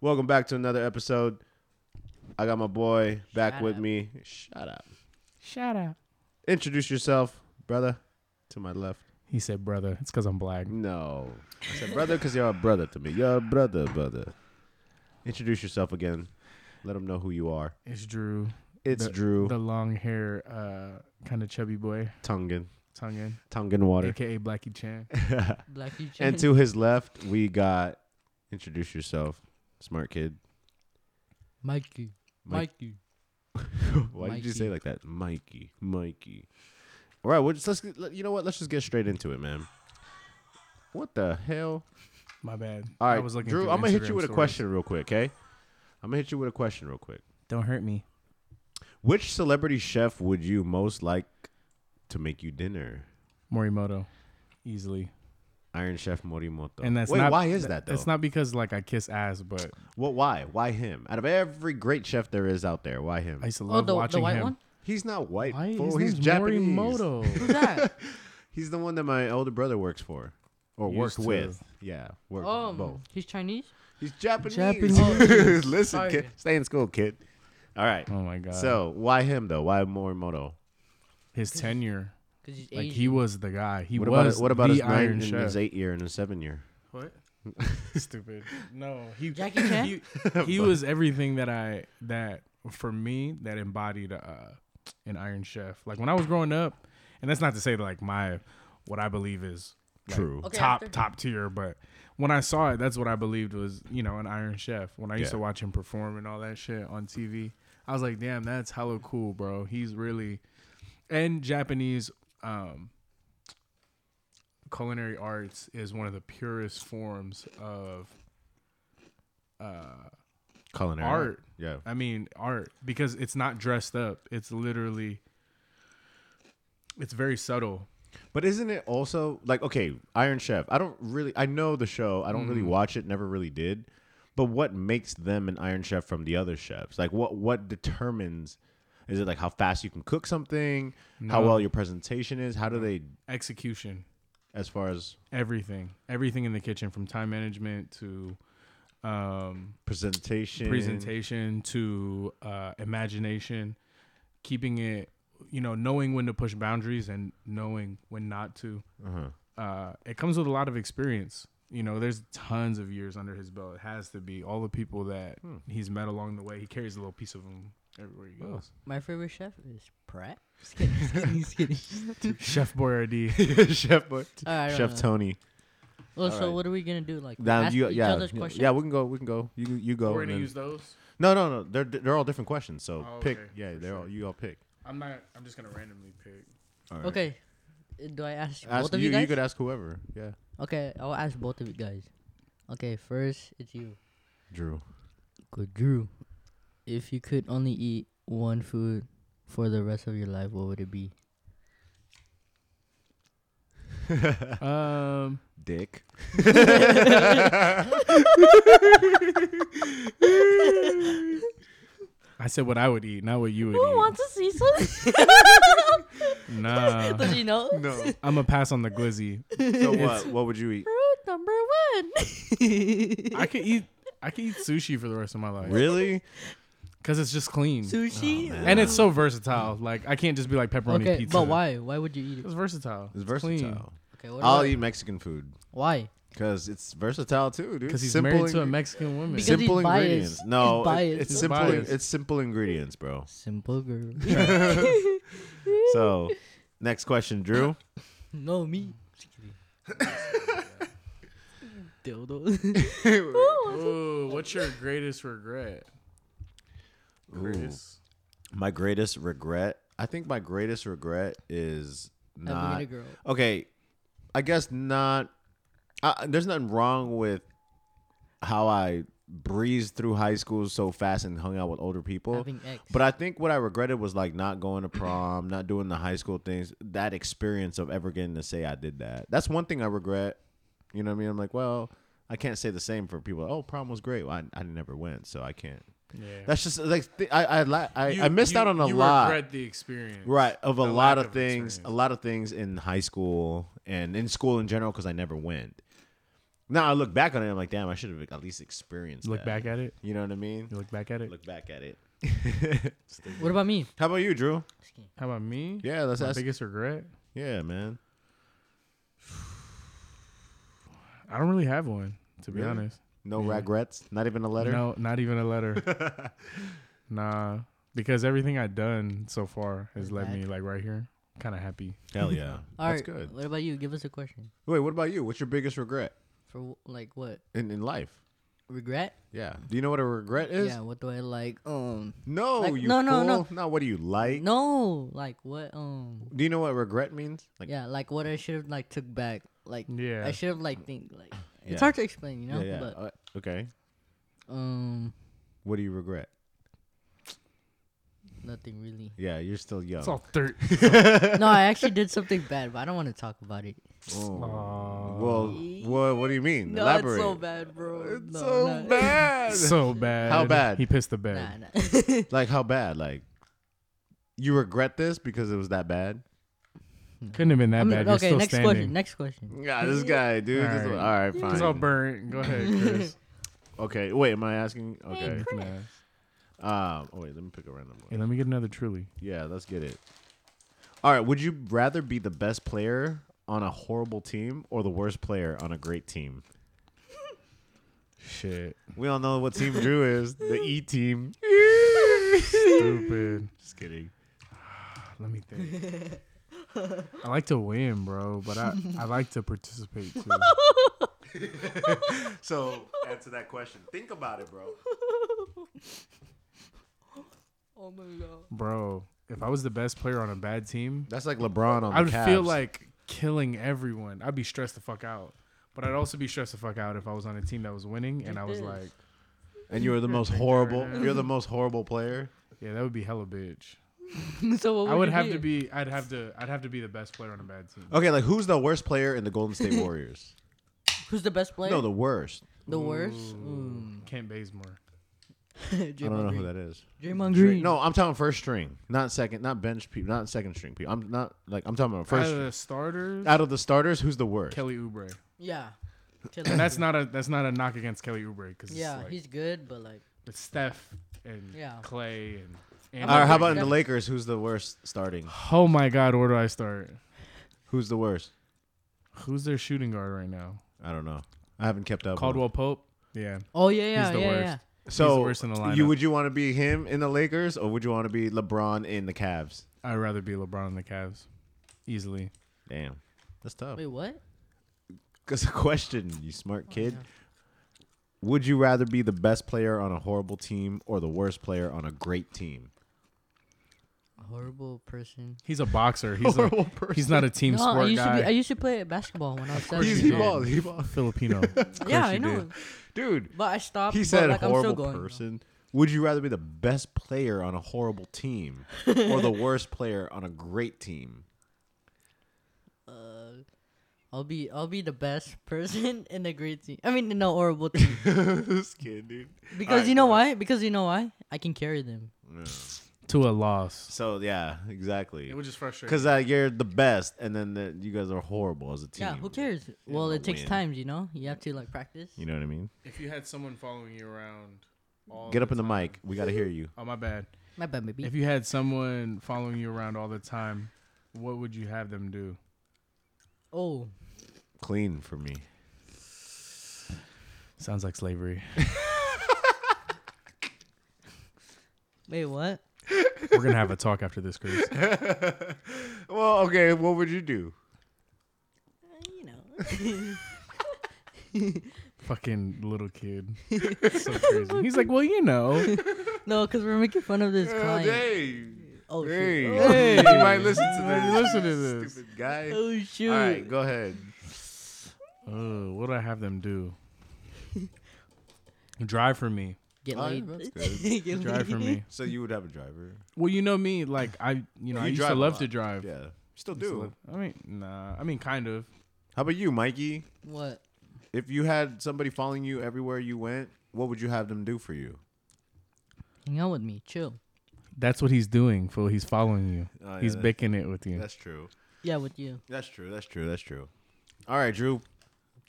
Welcome back to another episode. I got my boy back Shut with up. me. Shut up. Shout out. Introduce yourself, brother. To my left. He said, brother. It's because I'm black. No. I said brother because you're a brother to me. You're a brother, brother. Introduce yourself again. Let them know who you are. It's Drew. It's Drew The long hair, uh, kind of chubby boy, Tongan. tongue in, Tongan water. aka Blackie Chan. Black future. and to his left, we got introduce yourself, smart kid. Mikey. Mike- Mikey. Why did you Mikey. say it like that, Mikey? Mikey. All right, we'll just, let's let- you know what. Let's just get straight into it, man. What the hell? My bad. All right, I was looking Drew. through I'm gonna hit Instagram you with a stories. question real quick, okay? I'm gonna hit you with a question real quick. Don't hurt me. Which celebrity chef would you most like to make you dinner? Morimoto, easily. Iron Chef Morimoto. And that's Wait, not, why is that though? It's not because like I kiss ass, but What? Why? Why him? Out of every great chef there is out there, why him? I used to Oh, love the, watching the white him. one? He's not white. Why? fool. His He's name's Japanese. Morimoto. Who's that? He's the one that my older brother works for, or Used worked to. with. Yeah, worked um, both. he's Chinese? He's Japanese. Japanese. Listen, Sorry. kid, stay in school, kid. All right. oh my god. so why him though? Why Morimoto? his tenure, Because he's like Asian. he was the guy. He what was. about what about the his nine Iron and Chef. his eight year and his seven year? What? Stupid. No, he Jackie Chan? He, he was everything that I that for me that embodied uh, an Iron Chef. Like when I was growing up, and that's not to say that like my what I believe is like, True. Okay, top after. top tier, but when I saw it, that's what I believed was you know an Iron Chef. When I used Yeah. to watch him perform and all that shit on TV, I was like, damn, that's hella cool, bro. He's really and Japanese um, culinary arts is one of the purest forms of uh, Culinary art. Yeah. I mean art because it's not dressed up. It's literally it's very subtle. But isn't it also like okay, Iron Chef? I don't really. I know the show. I don't Mm. really watch it. Never really did. But what makes them an Iron Chef from the other chefs? Like what what determines? Is it like how fast you can cook something? How No. well your presentation is? How do they? Execution, As far as everything, everything in the kitchen from time management to um, presentation, presentation to uh, imagination, keeping it, you know, knowing when to push boundaries and knowing when not to. Uh-huh. uh, it comes with a lot of experience. You know, there's tons of years under his belt. It has to be all the people that Hmm. he's met along the way. He carries a little piece of them everywhere he Oh. goes. My favorite chef is Pratt. Just kidding, just kidding, just kidding. Chef Boyardee. Chef All right, I don't Chef know. Tony. Well, so Alright. what are we gonna do? Like Now ask you, each yeah, other's yeah, questions? yeah, we can go. We can go. You you go. We're and gonna then- use those. no, no, no. They're they're all different questions. So Oh, pick. okay, Yeah, for they're all sure. you all pick. I'm not. I'm just gonna randomly pick. All right. Okay. Uh, Do I ask, Ask both of you. you guys? You could ask whoever. Yeah. okay, I'll ask both of you guys. Okay, first it's you. Drew. Good Drew. If you could only eat one food for the rest of your life, what would it be? Um, Dick. I said what I would eat, not what you would Who eat. wants a season? nah, Does he know? No. I'm gonna pass on the glizzy. So what? What would you eat? Fruit number one. I could eat. I could eat sushi for the rest of my life Really? because it's just clean Sushi. and it's so versatile. Like I can't just be like pepperoni okay, pizza. but why? Why would you eat It's it? versatile. It's clean. versatile. Okay, what I'll about- eat Mexican food Why? because it's versatile too, dude. Because he's Simple married to a ingre- Mexican woman. Because Simple he's biased. ingredients. He's No, it- biased. it's He's simple. biased. It's simple ingredients, bro. Simple girl. So, next question, Drew. no me. Just kidding. Mm. Dildo. Ooh, what's your greatest regret? Greatest. My greatest regret. I think my greatest regret is I not. mean a girl. Okay, I guess not. I, there's nothing wrong with how I breezed through high school so fast and hung out with older people. Having ex. But I think what I regretted was like not going to prom, not doing the high school things, that experience of ever getting to say I did that. That's one thing I regret. You know what I mean? I'm like, well, I can't say the same for people. Oh, prom was great. Well, I, I never went, so I can't. Yeah. That's just like th- I I, la- I, I missed out on a lot. regret the experience. Right of a The lot lack of of things, experience. a lot of things in high school and in school in general because I never went. Now I look back on it, I'm like, damn, I should have at least experienced. Look that. back at it. You know what I mean? You look back at it. Look back at it. What about me? How about you, Drew? How about me? Yeah, let's My ask. biggest regret. Yeah, man. I don't really have one, to be Really? honest. No Yeah. regrets. Not even a letter. No, not even a letter. nah, because everything I've done so far has led me like right here. Kind of happy. Hell yeah. All right. That's good. What about you? Give us a question. Wait, what about you? What's your biggest regret For wh- like what? in, in life? Regret? Yeah. Do you know what a regret is? yeah. What do I like? Um. No, Like- you no, no, fool. no. Not what do you like? No. Like what? Um. Do you know what regret means? Like yeah. Like what I should have like took back. Like Yeah. I should have like think like. It's Yeah. hard to explain, you know. yeah, Uh, yeah. But Uh, okay. um, What do you regret? nothing really. Yeah, you're still young. It's all dirt. no, I actually did something bad, but I don't want to talk about it. Oh. Well, well, what do you mean? No, Elaborate. it's so bad, bro. It's no, so not- bad. so bad. How bad? He pissed the bed. Nah, nah. like how bad? Like you regret this because it was that bad? Couldn't have been that I'm- bad. You're okay, still next standing. question. Next question. Yeah, this guy, dude. All right, Alright. all right It's all fine. burnt. Go ahead, Chris. okay, wait. Am I asking? Okay. Nah. Um. Oh wait, let me pick a random Hey, one. let me get another truly. Yeah, let's get it. All right. Would you rather be the best player on a horrible team or the worst player on a great team? Shit. We all know what team Drew is. The E team. Stupid. Just kidding. Let me think. I like to win, bro, but I, I like to participate too. So answer that question. Think about it, bro. Oh my god. Bro, if I was the best player on a bad team, That's like LeBron on. I would the feel Cavs. like killing everyone. I'd be stressed the fuck out. But I'd also be stressed the fuck out if I was on a team that was winning and I was It is. like, and you were the most horrible. You're the most horrible player. yeah, that would be hella bitch. so what I would it Uh, have to be I'd have to I'd have to be the best player on a bad team. Okay, like who's the worst player in the Golden State Warriors? Who's the best player? no, the worst. the worst. Ooh, Mm. Kent Bazemore. Draymond I don't know Green. who that is. Draymond Dra- Green. No, I'm talking first string, not second, not bench people, not second string people. I'm not like I'm talking about Out first. of the starters, out of the starters, who's the worst? Kelly Oubre. Yeah. And that's not a that's not a knock against Kelly Oubre because yeah, it's, like, he's good, but like it's Steph and Yeah. Clay and. I'm All right, how not about in pretty the sure. Lakers? Who's the worst starting? Oh my God, where do I start? Who's the worst? Who's their shooting guard right now? I don't know. I haven't kept up. Caldwell Pope. Yeah, Oh yeah, yeah, He's the yeah, worst. yeah. So the worst in the you lineup. would you want to be him in the Lakers or would you want to be LeBron in the Cavs? I'd rather be LeBron on the Cavs, easily. Damn, that's tough. Wait, what? Because a question, you smart Oh, kid. Would you rather be the best player on a horrible team or the worst player on a great team? A horrible person. He's a boxer. He's a, He's not a team no, I sport used guy. to be. I used to play basketball when I was seven. course years you old. balls, did. he balls. Filipino. Of Yeah, course I you know. did. Dude, But I stopped. he but, said like, I'm horrible still going, though. person. Would you rather be the best player on a horrible team or the worst player on a great team? Uh, I'll be I'll be the best person in the great team. I mean, in the horrible team. this kid, dude. Because Alright, you know go why? Because you know why? I can carry them. To a loss. So yeah, exactly. It was just frustrating. Because uh, you're the best, and then the, you guys are horrible as a team. Yeah, who cares? well, we'll it takes win. times, you know. You have to like practice. You know what I mean? if you had someone following you around, Oh, all Get up in the mic. We gotta hear you. Oh my bad. My bad, baby. If you had someone following you around all the time, what would you have them do? oh, Clean for me. Sounds like slavery. wait, what? We're gonna have a talk after this, Chris. Well, okay. What would you do? Uh, you know. Fucking little kid. so crazy. He's like, well, you know. no, because we're making fun of this client. hey, Oh hey, shoot. hey, you might listen to this. Listen to this. Stupid guy. Oh shoot. All right, go ahead. Oh, what do I have them do? Drive for me. Get Oh, yeah, laid. that's Get Drive for laid. me. So you would have a driver. Well, you know me. Like I, you know, You I used drive to a love lot. to drive. Yeah, still Used to do. love- I mean, nah. I mean, kind of. How about you, Mikey? What? If you had somebody following you everywhere you went, what would you have them do for you? Hang out with me. Chill. That's what he's doing, fool. He's following you. Oh, yeah, he's that- baking it with you. That's true. Yeah, with you. That's true. That's true. That's true. All right, Drew.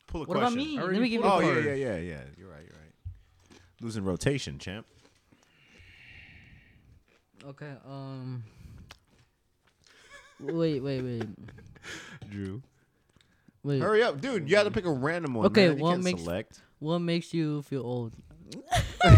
pull a What about question. me? already Let me give you pulled Oh a it. yeah, card. yeah, yeah, yeah. You're right. You're right. Losing rotation, champ. Okay. Um. wait, wait, wait, Drew, wait. hurry up, dude. You got to pick a random one. Okay, man. You what can't makes- select? What makes you feel old?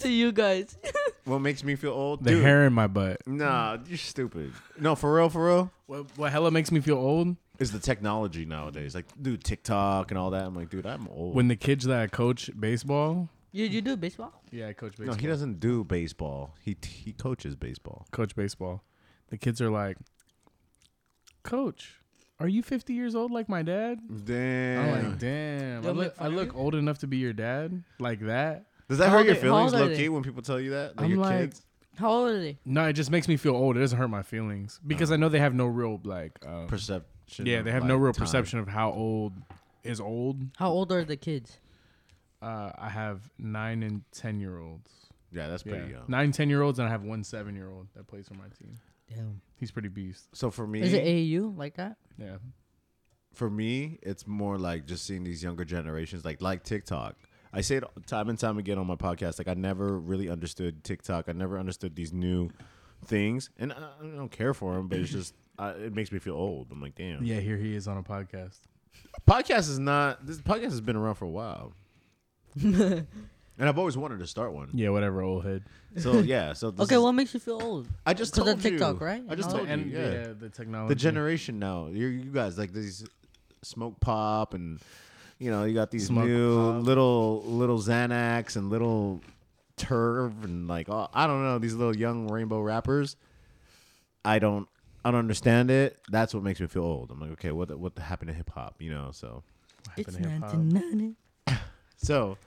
to you guys. What makes me feel old, The dude? hair in my butt. Nah, you're stupid. No, for real, for real. What, what hella makes me feel old? Is the technology nowadays like, dude, TikTok and all that? I'm like, dude, I'm old. When the kids that I coach baseball. you you do baseball? Yeah, I coach no, baseball. he doesn't do baseball. He he coaches baseball. coach baseball. The kids are like, Coach, are you 50 years old like my dad? I'm Damn. like, damn. They I don't look, make fun I of look you? old enough to be your dad like that. Does that How hurt your old are- how feelings, old are low they? key, when people tell you that? Like I'm your like- kids? How old are they? No, it just makes me feel old. It doesn't hurt my feelings because I know they have no real like. Um, Oh. Perception. yeah, of, they have no like, real time. perception of how old is old. How old are the kids? Uh, I have nine and ten year olds. Yeah, that's Yeah. pretty young. Nine, ten year olds, and I have one seven year old that plays for my team. Damn. He's pretty beast. So for me, Is it AAU like that? Yeah. for me, it's more like just seeing these younger generations, like like TikTok. I say it time and time again on my podcast. Like I never really understood TikTok. I never understood these new things, and I, I don't care for them. But it's just I, it makes me feel old. I'm like, damn. Yeah, here he is on a podcast. Podcast is not. This podcast has been around for a while, and I've always wanted to start one. Yeah, whatever, old head. So yeah. So this Okay, is- what makes you feel old? I just 'cause told of TikTok, you. right? Oh. I just And all told you. and Yeah. yeah, the technology. the generation now. You you guys like these smoke pop and you know you got these Smoke new pop. little little Xanax and little Turv and like oh, I don't know these little young rainbow rappers. I don't I don't understand it. That's what makes me feel old. I'm like okay, what what happened to hip hop? You know so It's hip-hop. 1990. so.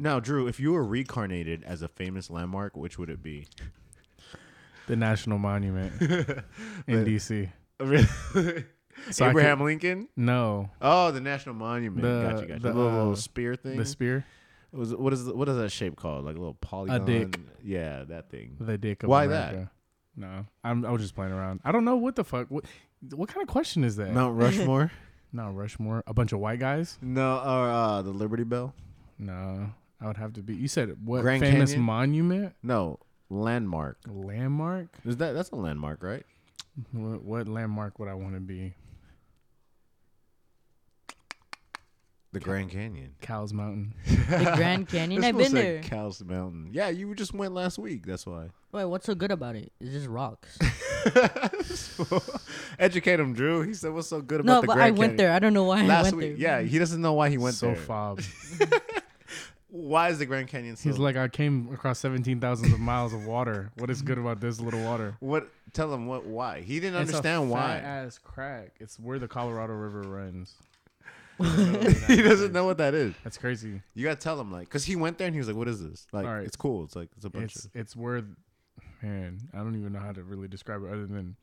Now, Drew, if you were reincarnated as a famous landmark, which would it be? the National Monument in DC. So I Abraham could- Lincoln? no, Oh, the National Monument. The- gotcha, gotcha. the, The little, uh, little spear thing. the spear, It was what is what is that shape called? Like a little polygon. dick. Yeah, that thing. the dick of Why that? America. that? No, I'm. I was just playing around. I don't know what the fuck. What, what kind of question is that? Mount Rushmore. Not Rushmore. A bunch of white guys. no, or uh, the Liberty Bell. No, I would have to be. You said what Grand famous Canyon? monument No, landmark. landmark? Is that that's a landmark, right? What, what landmark would I want to be? The Grand Canyon. Cows Mountain. The Grand Canyon. This I've one been said there. Cows Mountain. Yeah, you just went last week. That's why. Wait, what's so good about it? It's just rocks. Educate him, Drew. He said, "What's so good about no, the but Grand I went Canyon?" there. I don't know why I last went week. there. Yeah, he doesn't know why he went so there. fob. Why is the Grand Canyon so? He's like, I came across seventeen thousand of miles of water. What is good about this little water? what? Tell him what? Why? He didn't It's a understand why. fat ass crack. It's where the Colorado River runs. he doesn't know what that is. That's crazy. You gotta tell him like, cause he went there and he was like, "What is this? Like, All right. it's cool. It's like it's a bunch It's of it's where, man. I don't even know how to really describe it other than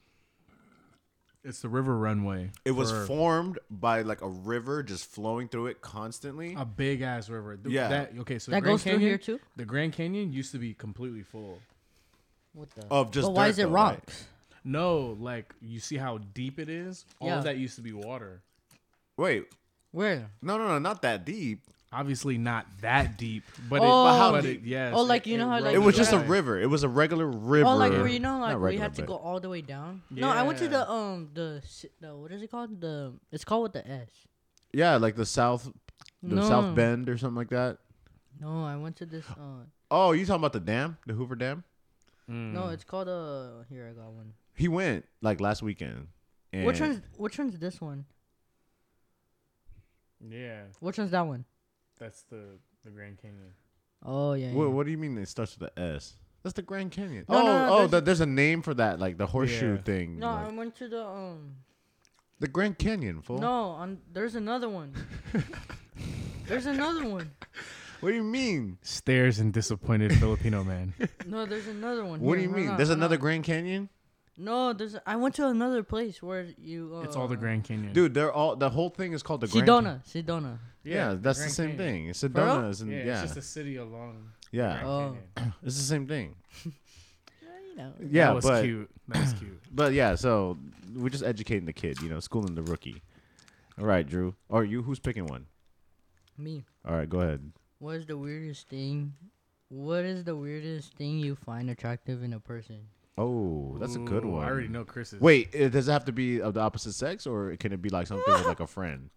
it's the river runway. It was for formed by like a river just flowing through it constantly. a big ass river. Th- Yeah. That, okay. So That Grand goes through Canyon, here too. The Grand Canyon used to be completely full. What the? of just. but why Oh, dirt, is it though, right? rocks? No, like you see how deep it is. All Yeah. of that used to be water. Wait, Where? no, no, no, not that deep. Obviously not that deep, but it, Oh. how but deep? it, yes. Oh, like, you know how, like, It was Yeah. just a river. It was a regular river. Oh, like where you know, like Not where you regular, have to but- go all the way down. No, I went to Yeah. the um the si- the what is it called? The it's called with the S. Yeah, like the south, the no. South Bend or something like that. No, I went to this. Uh, Oh, you talking about the dam, the Hoover Dam? Hmm. Mm. No, it's called uh. Here I got one. He went like last weekend. And Which one's which one's this one? Yeah, Which one's that one? that's the the Grand Canyon. Oh yeah. What, yeah. what do you mean it starts with the S? That's the Grand Canyon. No, oh, no, no, oh, there's- th- there's a name for that, like the horseshoe Yeah. thing. No, like- I went to the um. the Grand Canyon, fool. No, on there's another one. there's another one. What do you mean? Stares in disappointed Filipino man. No, there's another one. What do Here, you hold mean? on, There's hold another on. Grand Canyon? No, there's. I went to another place where you. Uh, It's all the Grand Canyon, Dude, they're all the whole thing is called the Grand Canyon. Sedona, Sedona. Yeah, that's the Grand same Canyon. thing. It's real? Sedona is in, Yeah, yeah. it's just a city along. yeah. Grand Oh. Canyon. It's the same thing. You know. Yeah, that was but cute. That was cute. but yeah, so we're just educating the kid, you know, schooling the rookie. All right, Drew. Or you? Who's picking one? Me. All right, go ahead. What is the weirdest thing? What is the weirdest thing you find attractive in a person? Oh, that's a good Ooh, one. I already know Chris's. Wait, it, does it have to be of the opposite sex, or can it be like something with like a friend?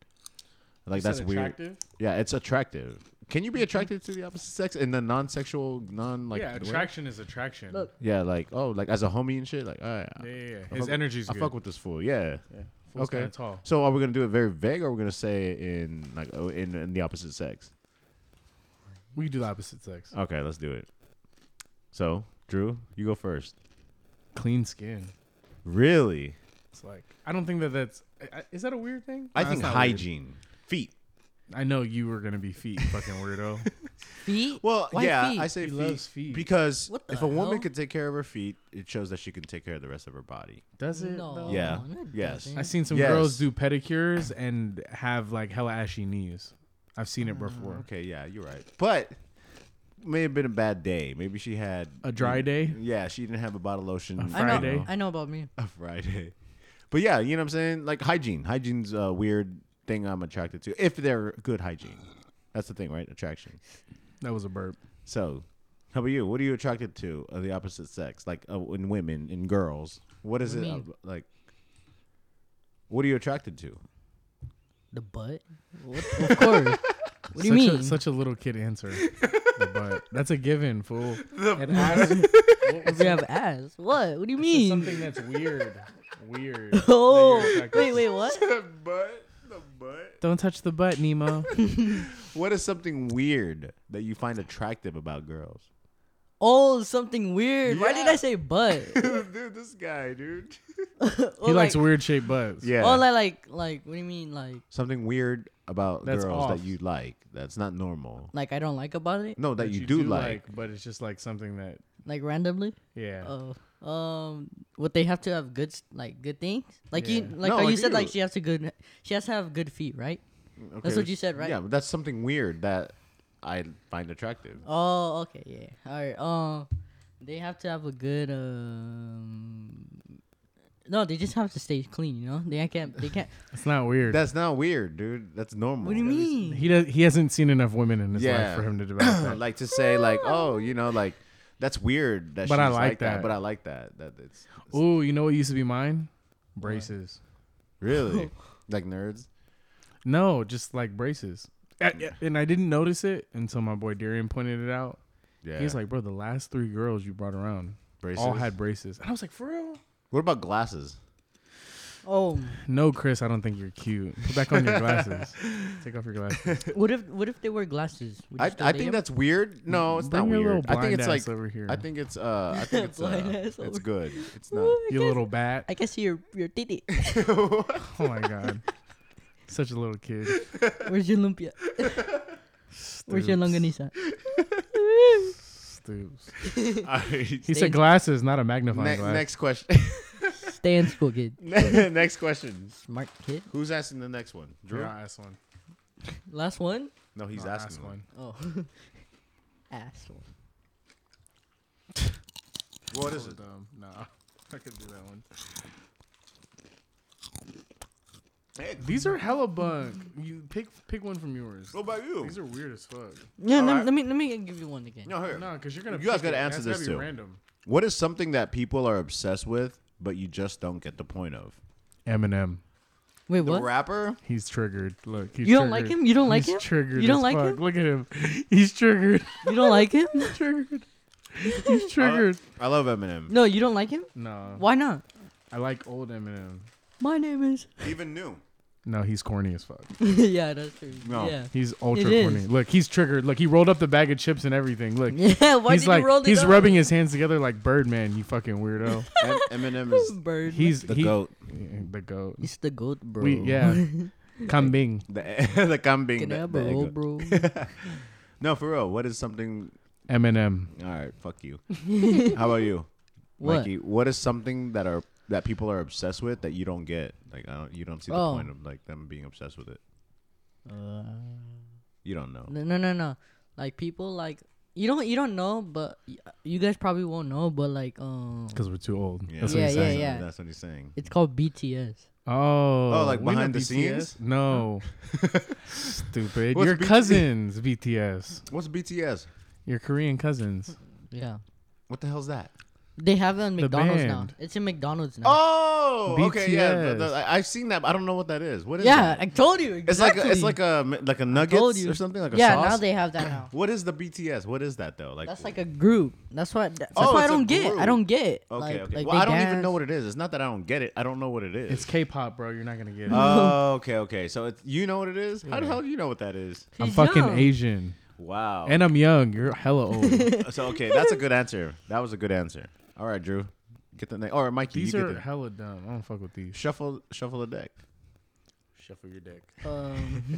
Like You said that's weird. attractive? Mm-hmm. Yeah, it's attractive. Can you be attracted to the opposite sex in the non-sexual, non like yeah, way? attraction is attraction. Look. Yeah, like oh, like as a homie and shit. Like all right, Yeah, I yeah, yeah. His fuck- energy's I good. fuck with this fool. Yeah. yeah. Fool's Okay. kinda Tall. So are we gonna do it very vague, or are we gonna say it in like oh, in in the opposite sex? We can do the opposite sex. Okay, let's do it. So Drew, you go first. Clean skin. Really? It's like I don't think that that's I- I- is that a weird thing? I No, think that's not weird. hygiene, feet. I know you were gonna be feet, fucking weirdo. Feet? Well, Why yeah, feet? I say He feet, loves feet. because What the if a woman hell? could take care of her feet, it shows that she can take care of the rest of her body. Does it? No. though? yeah. no, it Yes. doesn't. I've seen some Yes. girls do pedicures and have like hella ashy knees. I've seen it Mm, before. Okay, yeah, you're right. But may have been a bad day. Maybe she had A dry day. Yeah, she didn't have a bottle of lotion. A you I Friday. know. I know about me. a Friday. But yeah, you know what I'm saying? Like hygiene. Hygiene's a weird thing I'm attracted to if they're good hygiene. That's the thing, right? Attraction. That was a burp. So, how about you? What are you attracted to of the opposite sex? Like uh, in women, in girls. What is What do it you mean? ab- like? What are you attracted to? The butt? What? Of course. what do you such mean? A, such a little kid answer. but that's a given, fool. And if you have ass. What? What do you It's mean? something that's weird. Weird. that Oh, you're attracted wait, to. wait, what? the butt. The butt. Don't touch the butt, Nemo. What is something weird that you find attractive about girls? Oh, something weird. Why did Yeah. I say butt? dude, this guy, dude. he Or likes like, weird shaped butts. Yeah. Oh, like, like, like, what do you mean? Like, something weird about That's girls off. that you like. That's not normal. like I don't like about it? No, that, you, do, like. but it's just like something that Like, randomly? yeah. Oh. Um, what they have to have good, s- like, good things? Like, you, Yeah. like, No, how you like said, like, you. she has to good, she has to have good feet, right? That's what you said, right? Yeah, but that's something weird that I find attractive. Oh, okay, yeah. All right. Um, they have to have a good. Um, no, they just have to stay clean. You know, they can't. They can't. It's not weird. That's not weird, dude. That's normal. what do you mean? he does he hasn't seen enough women in his Yeah. life for him to develop that. like to say like, Ah. oh, you know, like that's weird that But she's I like, like that. that. But I like that. That it's Ooh, you know what used to be mine? Braces. really like nerds. No, just like braces. Uh, Mm. yeah, And I didn't notice it until my boy Darian pointed it out. Yeah. He was like, "Bro, the last three girls you brought around all Braces? had braces," and I was like, "For real? What about glasses? Oh, No, Chris, I don't think you're cute. Put back on your glasses. Take off your glasses. what if what if they wear glasses? Would you I, still I date think them? that's weird. No, it's Mm-hmm. Bring not your little weird. I think blind it's like ass over here. I think it's uh I think it's Blind uh, ass it's over- good. It's Ooh, not. I you guess- little bat. I guess your your titty. Oh my god, such a little kid. Where's your lumpia? Where's your longanisa? Stoops. All right. He Stay- said glasses, not a magnifying Ne- glass. next question. Stay in school, kid. next question. Smart kid. Who's asking the next one? Drew? Drew, I'll ask one. Last one. No, he's I'll asking ask one. Oh, asshole. What is it? Um, nah, I could do that one. These are hella bug. You pick pick one from yours. What about you? These are weird as fuck. Yeah, All let, right. let me let me give you one again. No, here. No, because you're gonna. You guys pick gotta it. answer It has this be too. Random. What is something that people are obsessed with, but you just don't get the point of? Eminem. Wait, The what? rapper? He's triggered. Look, he's You don't like triggered. him? You don't like he's him? Triggered. You don't as like fuck. him? Look at him. He's triggered. You don't like him? triggered. He's triggered. I love Eminem. No, you don't like him. no, Why not? I like old Eminem. My name is. Even new. No, he's corny as fuck. yeah, that's true. No. Yeah. He's ultra is. corny. Look, he's triggered. Look, he rolled up the bag of chips and everything. Look, Yeah. Why he's did like you roll it he's up? rubbing his hands together like Birdman. You fucking weirdo. Em- Eminem is Bird. He's the he, goat. Yeah, The goat. It's the goat, bro. We, yeah, kambing. The, the Kambing. Can I The, have the a roll, ego. bro? no, for real. What is something? Eminem. All right, fuck you. How about you, What? Mikey? What is something that are that people are obsessed with that you don't get? Like I don't, you don't see the Oh. point of like them being obsessed with it. Uh, You don't know. no, no, no, no. Like people, like you don't, you don't know, but y- you guys probably won't know, but like, um, Because we're too old. Yeah, That's what he's Yeah, yeah, saying. yeah. That's what he's saying. it's called BTS. Oh, Oh, like we know behind the BTS? scenes? No, stupid. What's Your BT? cousins, BTS. What's BTS? Your Korean cousins. Yeah. What the hell's that? They have it on The McDonald's now. band. It's in McDonald's now. Oh, okay, yeah. the- BTS. the- I- I've seen that. But I don't know what that is. What is yeah, that? I told you. It's Exactly. like a, it's like a like a told nuggets you. or something like a yeah. sauce. Now they have that now. what is the BTS? What is that though? Like That's like a group. That's why. That's Oh, why I it's a don't get. I group. don't get. okay, like, okay. Like well, they I don't even know dance. what it is. It's not that I don't get it. I don't know what it is. It's K-pop, bro. You're not gonna get it. oh, okay, okay. So it's, you know what it is? How the hell do you know what that is? I'm He's fucking young. Asian, Wow. and I'm young. You're hella old. so okay, that's a good answer. That was a good answer. All right, Drew, get the name. Or Mikey, these you get are the- hella dumb. I don't fuck with these. shuffle shuffle the deck. Shuffle your deck. Um,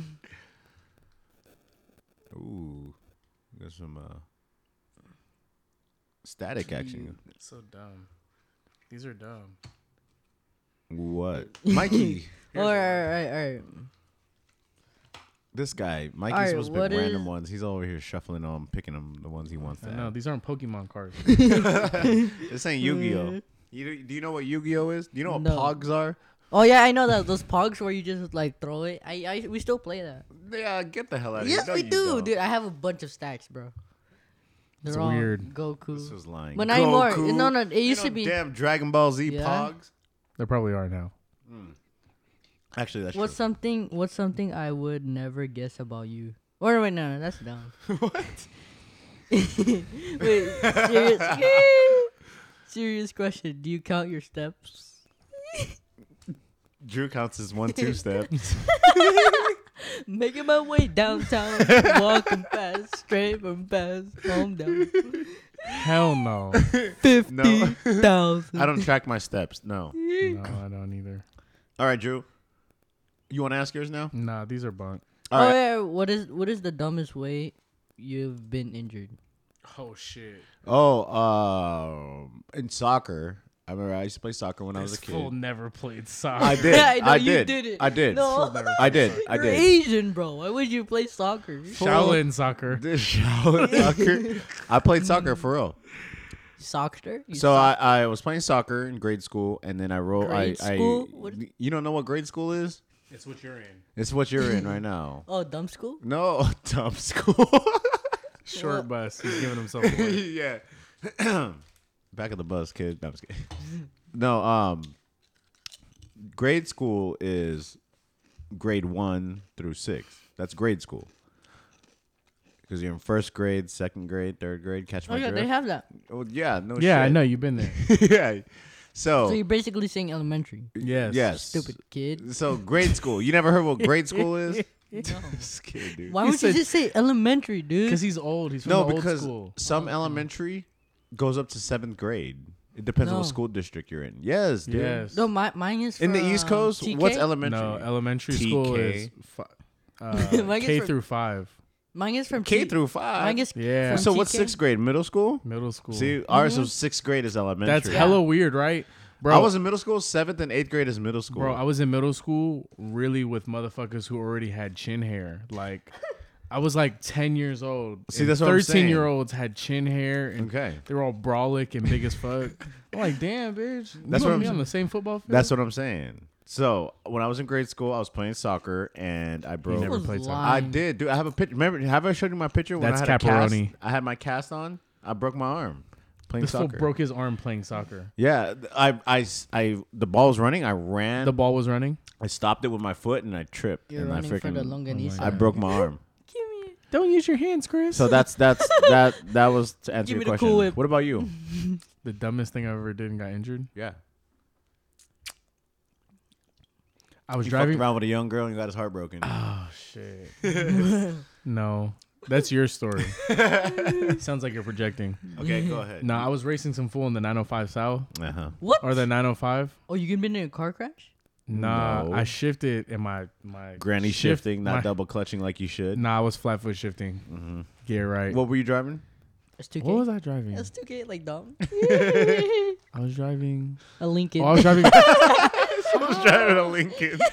Ooh, got some uh, static action. So dumb. These are dumb. What, Mikey? all right, all right, all right. This guy, Mikey's All right, supposed to what pick random is- ones. He's over here shuffling them, picking them, the ones he wants to I know have. Uh, these aren't Pokemon cards. This ain't Yu-Gi-Oh. You, do you know what Yu-Gi-Oh is? Do you know what Mm. No. Pogs are? Oh yeah, I know that those pogs where you just like throw it. I, I we still play that. Yeah, get the hell out of here. Yes, No, we you do, don't. dude. I have a bunch of stacks, bro. They're It's all weird. Goku. This was lying. But not anymore. Goku. No, no, it Ain't used no to be- damn Dragon Ball Z Yeah. Pogs. There probably are now. Actually, that's What's something? What's something I would never guess about you? Or wait, no, no, that's dumb. what? wait, serious, serious question. Do you count your steps? Drew counts as one two step. Making my way downtown, walking fast, straight from fast, home down Hell no. fifty thousand. I don't track my steps. No. no, I don't either. All right, Drew. You want to ask yours now? Nah, these are bunk. All Oh right. yeah, what is what is the dumbest way you've been injured? Oh shit. Oh, um, in soccer, I remember I used to play soccer when I was a fool kid. never played soccer. I did. I I, know, you did. did it. I did. No. I did. I You're did. Asian, bro. Why would you play soccer? Shaolin soccer. This shower soccer. I played soccer for real. Soccer? You So soc- I, I was playing soccer in grade school, and then I rolled. Grade I, school? I What- you don't know what grade school is? It's what you're in. It's what you're in right now. Oh, dumb school? No, dumb school. Short bus. He's giving himself away. yeah. Back of the bus, kid. No, I'm just kidding. No, um, grade school is grade one through six. That's grade school. Because you're in first grade, second grade, third grade. Catch Oh my yeah, drift. they have that. oh, yeah, no yeah, I shit. know you've been there. yeah. So, So you're basically saying elementary. Yes. yes. Stupid kid. So grade school. You never heard what grade school is? No. Just kidding, dude. Why He would said- you just say elementary, Because dude? he's old. He's from No, the old because school. Oh, some elementary goes up to seventh grade. It depends on No. what school district you're in. Yes, dude. Yes. No, my, mine is In the East from Coast, TK? what's elementary? No, elementary TK. school is fi- uh, Mine is K from- through five. Mine is from K T- through five. Mine is Yeah. From so what's TK? sixth grade? Middle school? Middle school. See, ours was sixth grade is elementary. Mm-hmm. that's hella weird, right? Bro, I was in middle school. Seventh and eighth grade is middle school. Bro, I was in middle school really with motherfuckers who already had chin hair. Like, I was like 10 years old. See, and that's what I'm saying. year olds had chin hair. And Okay. They were all brolic and big as fuck. I'm like, damn, bitch. That's That's what what I'm be on saying. the same football field. that's what I'm saying. So when I was in grade school, I was playing soccer and I broke. That never was played soccer. I lying. did, dude. I have a picture. Remember, have I showed you my picture when That's I had a cast? Caparoni. I had my cast on. I broke my arm playing This fool soccer. broke his arm playing soccer. Yeah, th- I, I, s- I, the ball was running. I ran. The ball was running. I stopped it with my foot and I tripped You're and I running for the freaking. longanisa. I broke my arm. Don't use your hands, Chris. So that's that's that that was to answer Give your me the question. Cool Whip. What about you? the dumbest thing I ever did and got injured. Yeah, I was you driving. fucked around with a young girl and got his heart broken. Oh shit. no. That's your story. Sounds like you're projecting. okay, go ahead. No, I was racing some fool in the 905 South Uh huh. What? or the 905. oh, you can be in a car crash? Nah, No. I shifted and my my Granny shift- shifting, not Mm-hmm. my- double clutching like you should. Nah, I was flat foot shifting. Yeah, right. What were you driving? That's 2K. what was I driving? That's 2K, like dumb. I was driving. a Lincoln. Oh, I was driving, I was driving a Lincoln.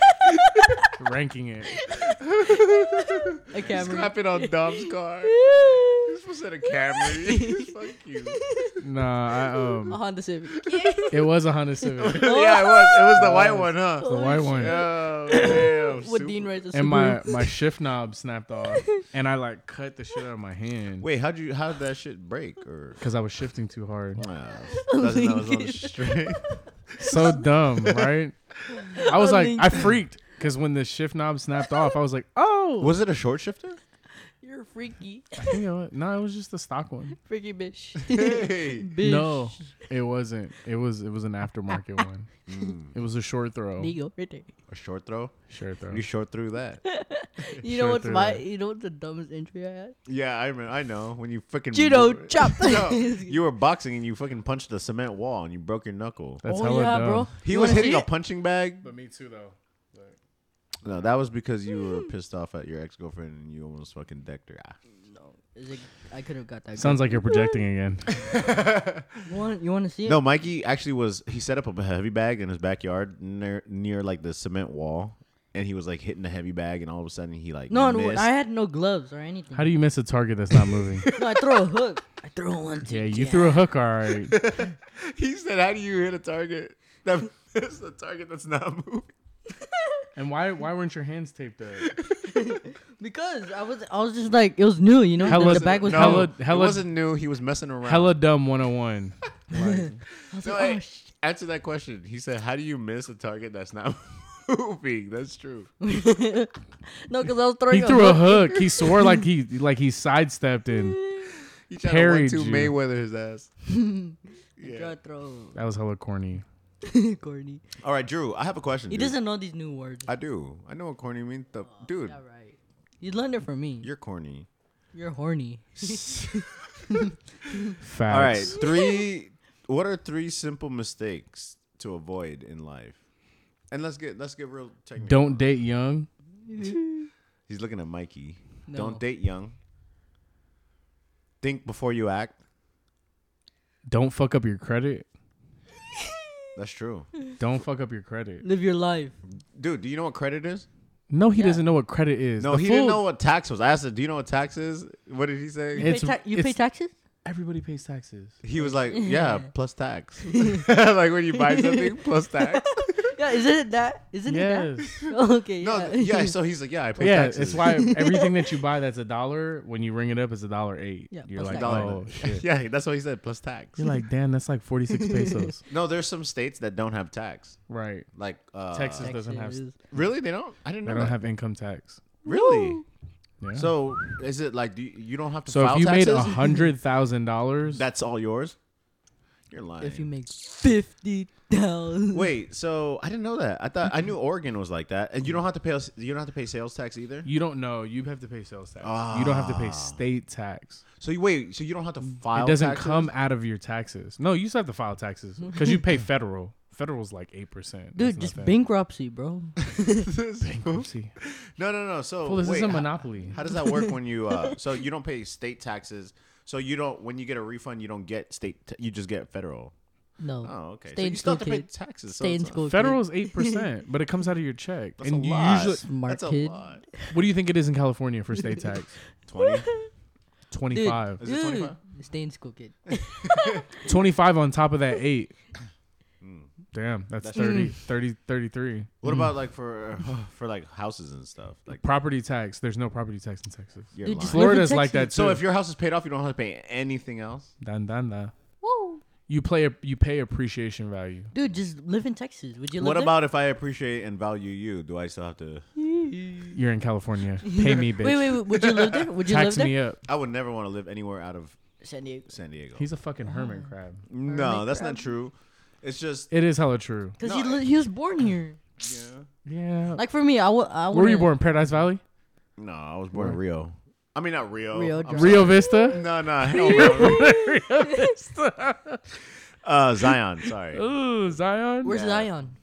ranking it. a camera. on Dom's car. You're supposed to set a camera. Fuck you. Nah, I, um, A Honda Civic. it was a Honda Civic, yeah, it was. It was the white one, huh? the white one, Oh, damn. super- What Dean writes and my my shift knob snapped off, and I like cut the shit out of my hand Wait, how'd you? How'd that shit break? Or because I was shifting too hard. Nah, doesn't know it's on the string. so dumb, right? I Oh, was like, I freaked because when the shift knob snapped off, I was like, oh, Was it a short shifter? You're freaky, you know, what? no, it was just the stock one. freaky bitch. Hey. bitch. No, it wasn't. It was it was an aftermarket one. It was a short throw. There you go, right there. A short throw? Short throw. You short threw that. You Sure know what's threw my? that. You know what's the dumbest entry I had? Mm. Yeah, I remember, I know. When you fucking Judo chop. No, you were boxing and you fucking punched the cement wall and you broke your knuckle. That's oh hella yeah, dumb. bro. He You was wanna hitting see a it? punching bag. But me too though. Like, No, that was because you were pissed off at your ex girlfriend and you almost fucking decked her. Ah. No, it's like, I could have got that. Sounds like you're projecting again. good. you want you want to see it? No, Mikey actually was. He set up a heavy bag in his backyard near near like the cement wall, and he was like hitting the heavy bag, and all of a sudden he like no, no, missed. I had no gloves or anything. How do you miss a target that's not moving? no, I threw a hook. I threw one. yeah, you threw a hook, all right. he said, "How do you hit a target that is a target that's not moving?" And why why weren't your hands taped up? because I was I was just like it was new, you know. Hella- the, the bag was no, hella. hella- it wasn't new. He was messing around. Hella dumb 101. I was No, like, hey, oh, sh- answer that question. He said, "How do you miss a target that's not moving?" That's true. no, because I was throwing. He threw a hook. He swore like he like he sidestepped and He Parried to you. Mayweather his ass. yeah. Tried to throw. that was hella corny. Corny. All right, Drew. I have a question. He dude. doesn't know these new words. I do. I know what corny means. The, dude, All right. You learned it from me. You're, you're corny. horny. Facts. All right, three. What are three simple mistakes to avoid in life? And let's get let's get real technical. Don't date young. He's looking at Mikey. No. Don't date young. Think before you act. Don't fuck up your credit. That's true, Don't fuck up your credit. Live your life. dude. Do you know what credit is? No, he Yeah. doesn't know what credit is. No, The he fool- didn't know what tax was. I asked him, "Do you know what tax is?" What did he say? You, It's- pay, ta- you pay it's- taxes? Everybody pays taxes. he was like, "Yeah, plus tax." like when you buy something, plus tax. Yeah, isn't it that? Isn't Yes. it that? okay. No, yeah. yeah. So he's like, "Yeah, I pay Yeah, taxes." it's why everything that you buy that's a dollar, when you ring it up, it's a dollar eight. Yeah, You're plus like, tax. Dollar. oh shit. yeah, that's what he said. Plus tax. You're like, damn, that's like 46 pesos. No, there's some states that don't have tax. right. Like uh, Texas. doesn't have- Taxes. Really, they don't. I didn't They know. don't that. have income tax. really. Yeah. So is it like do you, you don't have to So file if you taxes? made a hundred thousand dollars, that's all yours. You're lying. If you make 50,000. Wait, so I didn't know that. I thought I knew Oregon was like that, and you don't have to pay. You don't have to pay sales tax either. you don't know. You have to pay sales tax. you don't have to pay state tax. So you wait. So you don't have to Ah. file. it doesn't taxes? come out of your taxes. No, you still have to file taxes because you pay federal. Federal's like eight percent. Dude, just bankruptcy, bro. bankruptcy. No, no, no. So Well, this wait, is a ho- monopoly. How, does that work when you? Uh, so you don't pay state taxes. So you don't when you get a refund, you don't get state. T- you just get federal. No. Oh, okay. Stay so in you still have school, to pay kid. taxes. so Stay in it's not- school. kid. Federal is eight percent, but it comes out of your check. That's and a you lot. usually, Smart That's a kid. lot. what do you think it is in California for state tax? Twenty. Twenty five. Is it 25? Dude, Stay in school, kid. Twenty five on top of that eight. Damn, that's, Hmm. That's 30, 30, 33. What about like for for like houses and stuff? Like Property tax. There's no property tax in Texas. you're Dude, lying. just live in Florida's like that too. Texas. So if your house is paid off, you don't have to pay anything else. dun, dun, dun. Woo. you play a, you pay appreciation value. Dude, just live in Texas. Would you live What there? about if I appreciate and value you? Do I still have to? You're in California. Pay me, bitch. Wait, wait, wait, would you live there? Would you Tax live there? me up. I would never want to live anywhere out of San Diego. San Diego. He's a fucking hermit Oh. crab. no, Hermit that's not crab. true. It's just It is hella true. Because No, he, I- li- he was born here. yeah. Yeah. Like for me, I would. I Where were you wouldn't- born? Paradise Valley? No, I was born in Rio. I mean, not Rio. Rio, I'm Dra- sorry. Rio Vista? No, no, hell no. uh, Zion. Sorry, Ooh, Zion? Where's Yeah. Zion?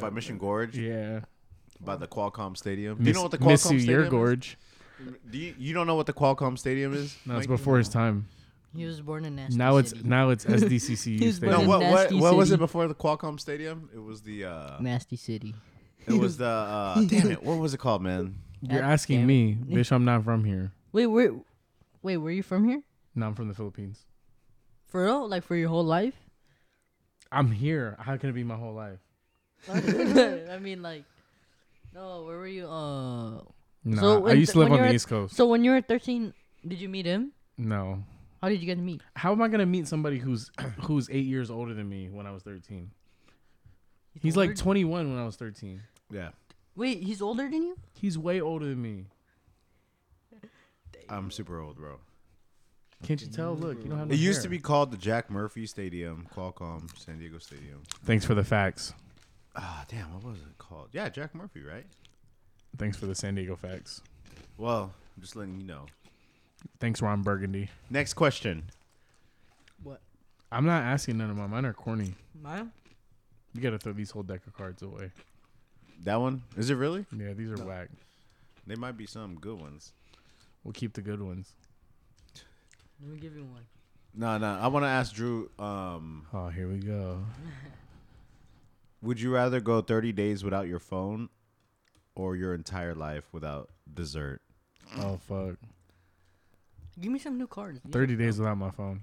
by Mission Gorge, Yeah. by the Qualcomm Stadium. Do Miss- you know what the Qualcomm Miss you, Stadium your is? gorge. Do you, you don't know what the Qualcomm Stadium is? No, it's Mike? before his time. He was born in Nasty Now it's City. now it's SDCCU He's No, Stadium. born what what, Nasty what was it City. before the Qualcomm Stadium? It was the uh, Nasty City. it was the uh, damn it. What was it called, man? You're asking me, bitch. I'm not from here. Wait, where? Wait, were you from here? No, I'm from the Philippines. For real? Like for your whole life? I'm here. How can it be my whole life? I mean, like, no. Where were you? Uh. No, So I when- used to live when on the you're- East Coast. So when you were 13, did you meet him? No. How did you get to meet? How am I gonna meet somebody who's who's eight years older than me when I was 13? He's like older- 21 when I was 13. Yeah. Wait, he's older than you? He's way older than me. I'm super old, bro. Can't you tell? Look, you don't have. No It used hair. to be called the Jack Murphy Stadium, Qualcomm San Diego Stadium. Thanks for the facts. Ah, damn, what was it called? Yeah, Jack Murphy, right? Thanks for the San Diego facts. Well, I'm just letting you know. Thanks, Ron Burgundy. Next question. What? I'm not asking none of mine. Mine are corny. Mine? You gotta throw these whole deck of cards away. That one? Is it really? Yeah, these are whack. There might be some good ones. We'll keep the good ones. Let me give you one. No, no. I want to ask Drew. Um, Oh, here we go. would you rather go 30 days without your phone, or your entire life without dessert? Oh fuck. Give me some new cards. These Thirty are days dumb. without my phone.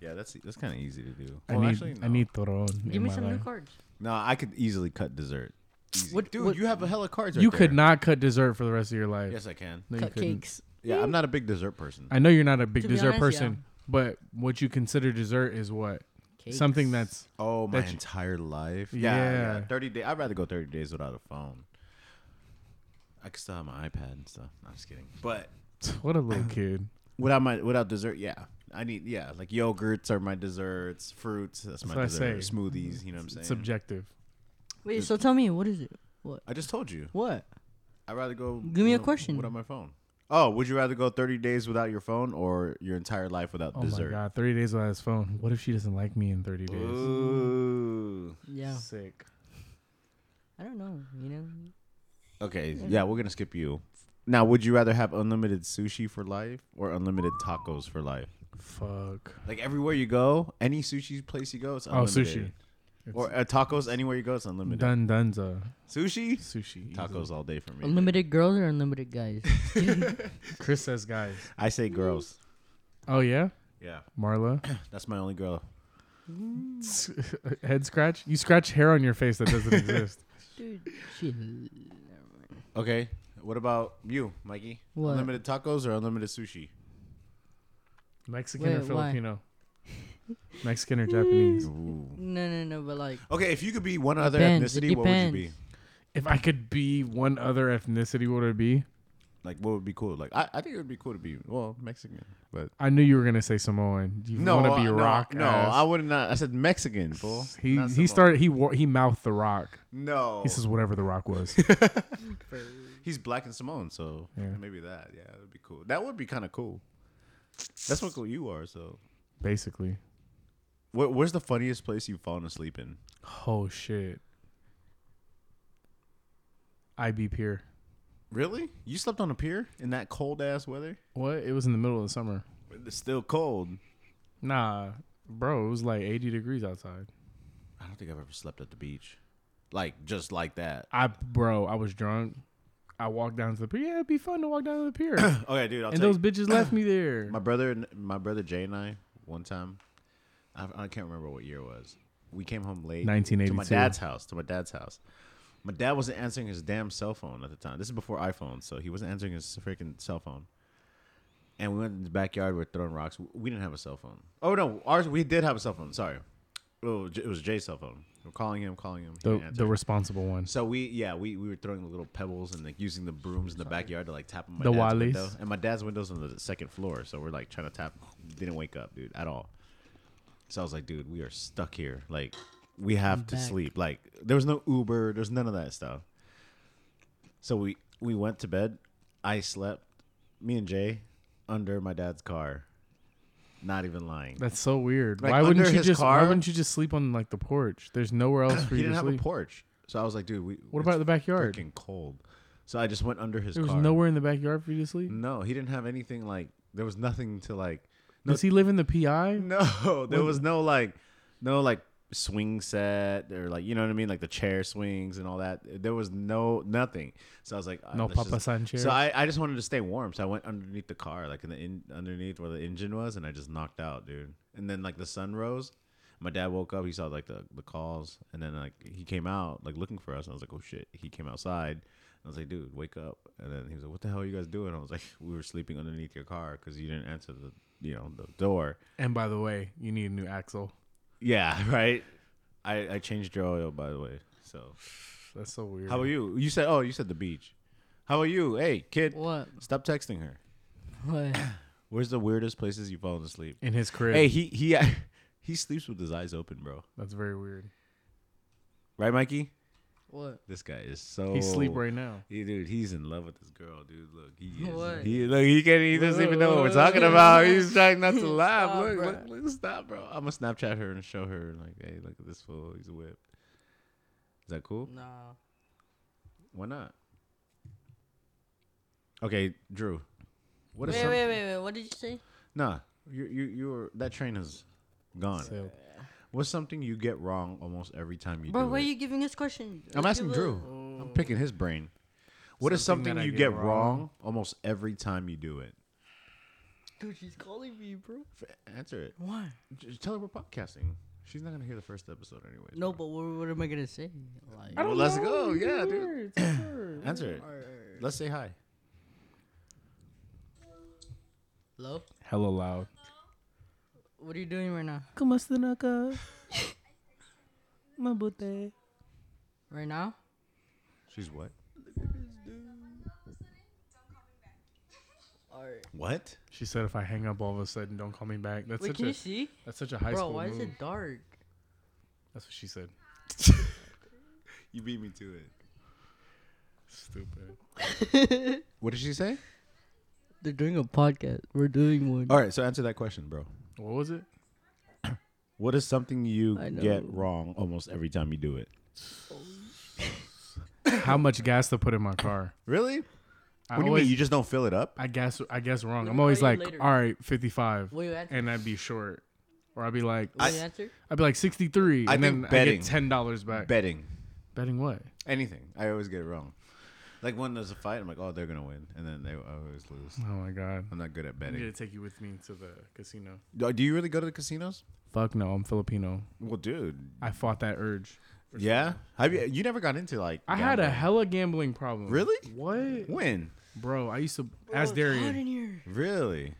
Yeah, that's e, that's kind of easy to do. I need. I need Thoron. Give me some new cards. No, I could easily cut dessert. Easy. What- dude? what- you have a hella cards. Right You there. could not cut dessert for the rest of your life. Yes, I can. No, you Cut couldn't. cakes. Yeah, I'm not a big dessert person. I know you're not a big To be dessert honest, yeah. person, but what you consider dessert is what Cakes. something that's Oh, my That you- entire life. Yeah. Thirty days. I'd rather go thirty days without a phone. I could still have my iPad and stuff. No, I'm just kidding. But what a little kid. without my without dessert, yeah. I need yeah, like yogurts are my desserts, fruits. That's, my what I dessert. say. Smoothies. You know what I'm saying? Subjective. Wait, so tell me, what is it? What? I just told you. What? I'd rather go. Give me a wi- question. Without my phone. Oh, would you rather go thirty days without your phone or your entire life without Oh dessert? my god, thirty days without his phone. What if she doesn't like me in thirty days? Ooh. Yeah. Sick. I don't know. You know. Okay, yeah, we're gonna skip you. Now, would you rather have unlimited sushi for life or unlimited tacos for life? Fuck. Like everywhere you go, any sushi place you go, it's Oh, unlimited. sushi. It's or uh, tacos anywhere you go, it's unlimited. dun dunza. Sushi, Sushi. tacos all day for me. Unlimited girls or unlimited guys? Chris says guys. I say girls. Oh yeah? Yeah, Marla. that's my only girl. Head scratch? You scratch hair on your face that doesn't exist. Dude, she. Okay, what about you, Mikey? What? Unlimited tacos or unlimited sushi? Mexican or Wait, why? Filipino? Mexican or Japanese? No, no, no. But like, Okay, if you could be one other Depends, it ethnicity, what would you be? depends. If I could be one other ethnicity, what would it be? Like, what would be cool? Like, I, I think it would be cool to be well Mexican, but I knew you were gonna say Samoan. You want to be no, rock? No, ass. I would not. I said Mexican, fool. He Not he Samoan. started he wore, he mouthed the rock. No, He says whatever the rock was. he's black and Samoan, so Yeah. maybe that. Yeah, that would be cool. That would be kind of cool. That's what cool you are. So, basically. Where, where's the funniest place you've fallen asleep in? Oh shit. IB Pier. Really? You slept on a pier in that cold ass weather? What? It was in the middle of the summer. It's still cold. Nah, bro, it was like 80 degrees outside. I don't think I've ever slept at the beach, like just like that. I bro, I was drunk. I walked down to the pier. Yeah, it'd be fun to walk down to the pier. Okay, dude. I'll and tell those you. bitches left me there. My brother, and my brother Jay and I, one time, I, I can't remember what year it was. We came home late. To my 1982. dad's house. To my dad's house. My dad wasn't answering his damn cell phone at the time. This is before iPhone, so he wasn't answering his freaking cell phone. And we went in the backyard. We were throwing rocks. We didn't have a cell phone. Oh no, ours. We did have a cell phone. Sorry. Oh, J- it was Jay's cell phone. We're calling him, calling him. He the, didn't answer. the responsible one. So we, yeah, we, we were throwing the little pebbles and like using the brooms in the backyard to like tap on my The dad's Wileys. window. And my dad's window's on the second floor, so we're like trying to tap. Didn't wake up, dude, at all. So I was like, dude, we are stuck here. Like, we have to back. sleep. Like, there was no Uber. There's none of that stuff. So we we went to bed. I slept. Me and Jay under my dad's car. Not even lying. That's so weird. Like, why wouldn't under you his just car? why wouldn't you just sleep on like the porch? There's nowhere else for He you to didn't have a sleep. porch, so I was like, dude, we. What it's about the backyard? Freaking cold. So I just went under his There was car. nowhere in the backyard for you to sleep. No, he didn't have anything like there was nothing to like no Mm. Does he live in the PI? no there was no like no like swing set or like you know what I mean, like the chair swings and all that. There was no nothing. So I was like, uh, No let's Papa just- San chairs. So I, I just wanted to stay warm. So I went underneath the car, like in the in, underneath where the engine was, and I just knocked out, dude. And then like the sun rose. My dad woke up. He saw like the, the calls, and then like he came out like looking for us. And I was like, oh shit. He came outside. I was like, dude, wake up. And then he was like, what the hell are you guys doing? I was like, we were sleeping underneath your car because you didn't answer the you know the door. and by the way, you need a new axle. Yeah, right. I I changed your oil by the way. So That's so weird. how about you? You said oh you said the beach. How about you? Hey kid, What? stop texting her. What? Where's the weirdest places you've fallen asleep? in his crib? Hey, he he he sleeps with his eyes open, bro. That's very weird. Right, Mikey? What? This guy is so He's sleep right now. He, dude, he's in love with this girl, dude. Look, he is. What? He look, he can't. He doesn't even know what we're talking about. He's trying not to laugh. look, look, look, stop, bro. I'm gonna Snapchat her and show her like, hey, look at this fool. He's whipped. Is that cool? Nah. Why not? Okay, Drew. What is Wait, some- wait, wait, wait. What did you say? Nah, you you you were that train has gone. So, What's something you get wrong almost every time you Bro, do why it? are you giving us questions? I'm asking Give a- Drew. I'm picking his brain. What is Something something that I you get get wrong. wrong almost every time you do it? Dude, she's calling me, bro. F- Answer it. Why? Just tell her we're podcasting. She's not gonna hear the first episode anyway. No, but what, what am I gonna say? Like, well, let's go. Yeah, dude. Answer it. Let's say hi. hello? hella loud. What are you doing right now? Kumusta na ka? Mabuti. Right now? She's what? Alright. What? She said, "If I hang up all of a sudden, don't call me back." That's Wait, such can a you see? that's such a high Bro, school why move. is it dark? That's what she said. You beat me to it. Stupid. What did she say? They're doing a podcast. We're doing one. All right, so answer that question, bro. What was it? What is something you I get know. wrong almost every time you do it? How much gas to put in my car? Really? I What do you always, mean? You just don't fill it up? I guess I guess wrong. Let I'm me always call you like, later. all right, 55, Will you answer? and I'd be short, or I'd be like, Will I, you answer? would be like 63, I think and then I betting- get ten dollars back. Betting. Betting what? Anything. I always get it wrong. Like when there's a fight, I'm like, oh, they're gonna win, and then they I always lose. Oh my god. I'm not good at I'm betting. Uh, gonna take you with me to the casino. Do- Do you really go to the casinos? Fuck no, I'm Filipino. Well, dude. I fought that urge. Yeah. Have you? You never got into like. I had a gambling. hella gambling problem. Really? What? When? Bro, I used to ask It's hot Darian. in here. Really?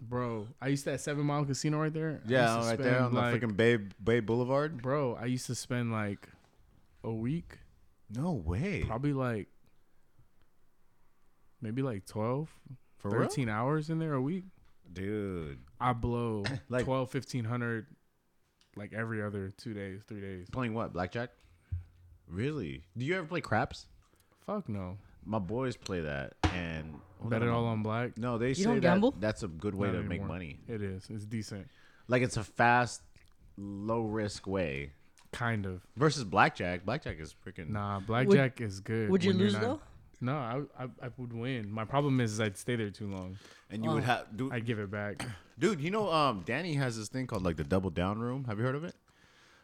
Bro, I used to at Seven Mile Casino right there. I Yeah, used to right there on spend, like, the freaking Bay Bay Boulevard. Bro, I used to spend like a week, No way. probably like maybe like 12, For 13 hours in there a week. real? Dude, I blow Like- like 12, 1500 like every other two days, three days. playing what? Blackjack. Really? Do you ever play craps? Fuck no. My boys play that, and hold Bet on, it I'm- all on black. Oh, No, they say don't that gamble? that's a good way Not to make anymore. money. It is. It's decent. Like it's a fast, low risk way Kind of. versus blackjack. Blackjack is freaking. Nah, blackjack is good. Would you when you're lose not- though? No, I, I I would win. My problem is, is I'd stay there too long. And Oh. you would have, dude, I'd give it back. Dude, you know, um, Danny has this thing called like the double down room. Have you heard of it?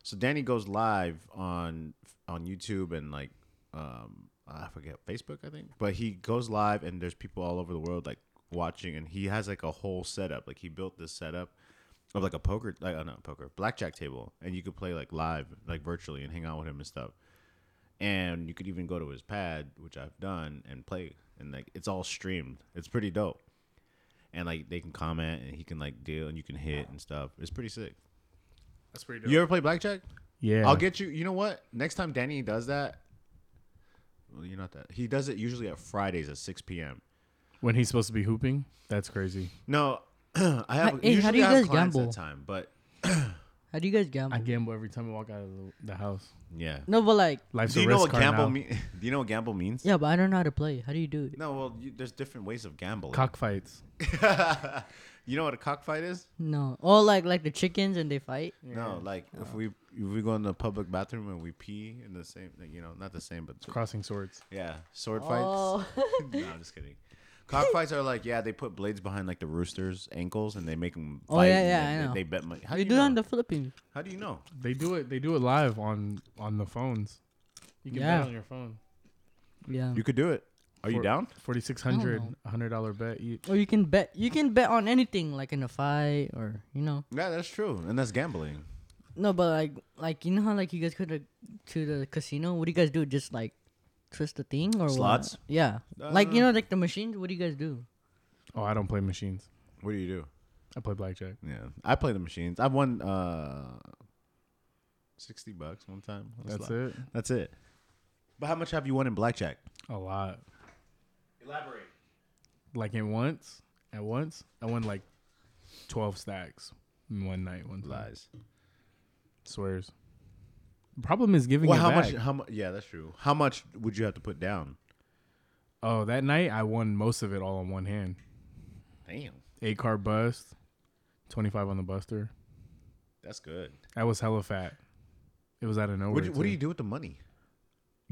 So Danny goes live on on YouTube and like um I forget Facebook, I think. But he goes live and there's people all over the world like watching and he has like a whole setup. Like he built this setup of like a poker like uh, not poker, blackjack table and you could play like live like virtually and hang out with him and stuff. And you could even go to his pad, which I've done, and play and like it's all streamed. It's pretty dope and like they can comment and he can like deal and you can hit and stuff. It's pretty sick. That's pretty You ever play blackjack? yeah, I'll get you. You know what? Next time Danny does that, well, you're not that. He does it usually at Fridays at 6 p.m. when he's supposed to be hooping. That's crazy. No, I have. Hey, usually how do you I have guys clients gamble? That time, but How do you guys gamble? I gamble every time I walk out of the, the house. yeah. no, but like, Life's do a you know risk what card gamble now. mean? Do you know what gamble means? yeah, but I don't know how to play. How do you do it? No, well, you, there's different ways of gambling. Cockfights. you know what a cockfight is? No. Oh, like like the chickens and they fight. No, like if we if we go in the public bathroom and we pee in the same, you know, not the same, but Crossing swords. yeah, sword fights. Oh. no, I'm just kidding. Cockfights are like, yeah, they put blades behind like the rooster's ankles and they make them. Oh, yeah, yeah, I know. They, bet money. How do They you do that in know? the Philippines. How do you know? They do it. They do it live on on the phones. You can Yeah. bet on your phone. Yeah. You could do it. Are you For- down? Forty six hundred, I don't a hundred dollar bet. You, or you can bet. You can bet on anything, like in a fight, or you know. Yeah, that's true, and that's gambling. No, but like, like you know how like you guys go to to the casino. What do you guys do? Just like twist the thing or what? Slots? Uh, Yeah. like you know, like the machines. What do you guys do? oh, I don't play machines. What do you do? I play blackjack. Yeah, I play the machines. I've won uh, sixty bucks one time. That's like- it. That's it. But how much have you won in blackjack? A lot. Elaborate. Like in once, at once, I won like twelve stacks in one night. One time. Lies. Swears. Problem is giving Well, it how back. much? How much? Yeah, that's true. How much would you have to put down? oh, that night I won most of it all on one hand. Damn, Eight card bust, twenty five on the buster. that's good. That was hella fat. It was out of nowhere. What, do you- what do too. you do with the money?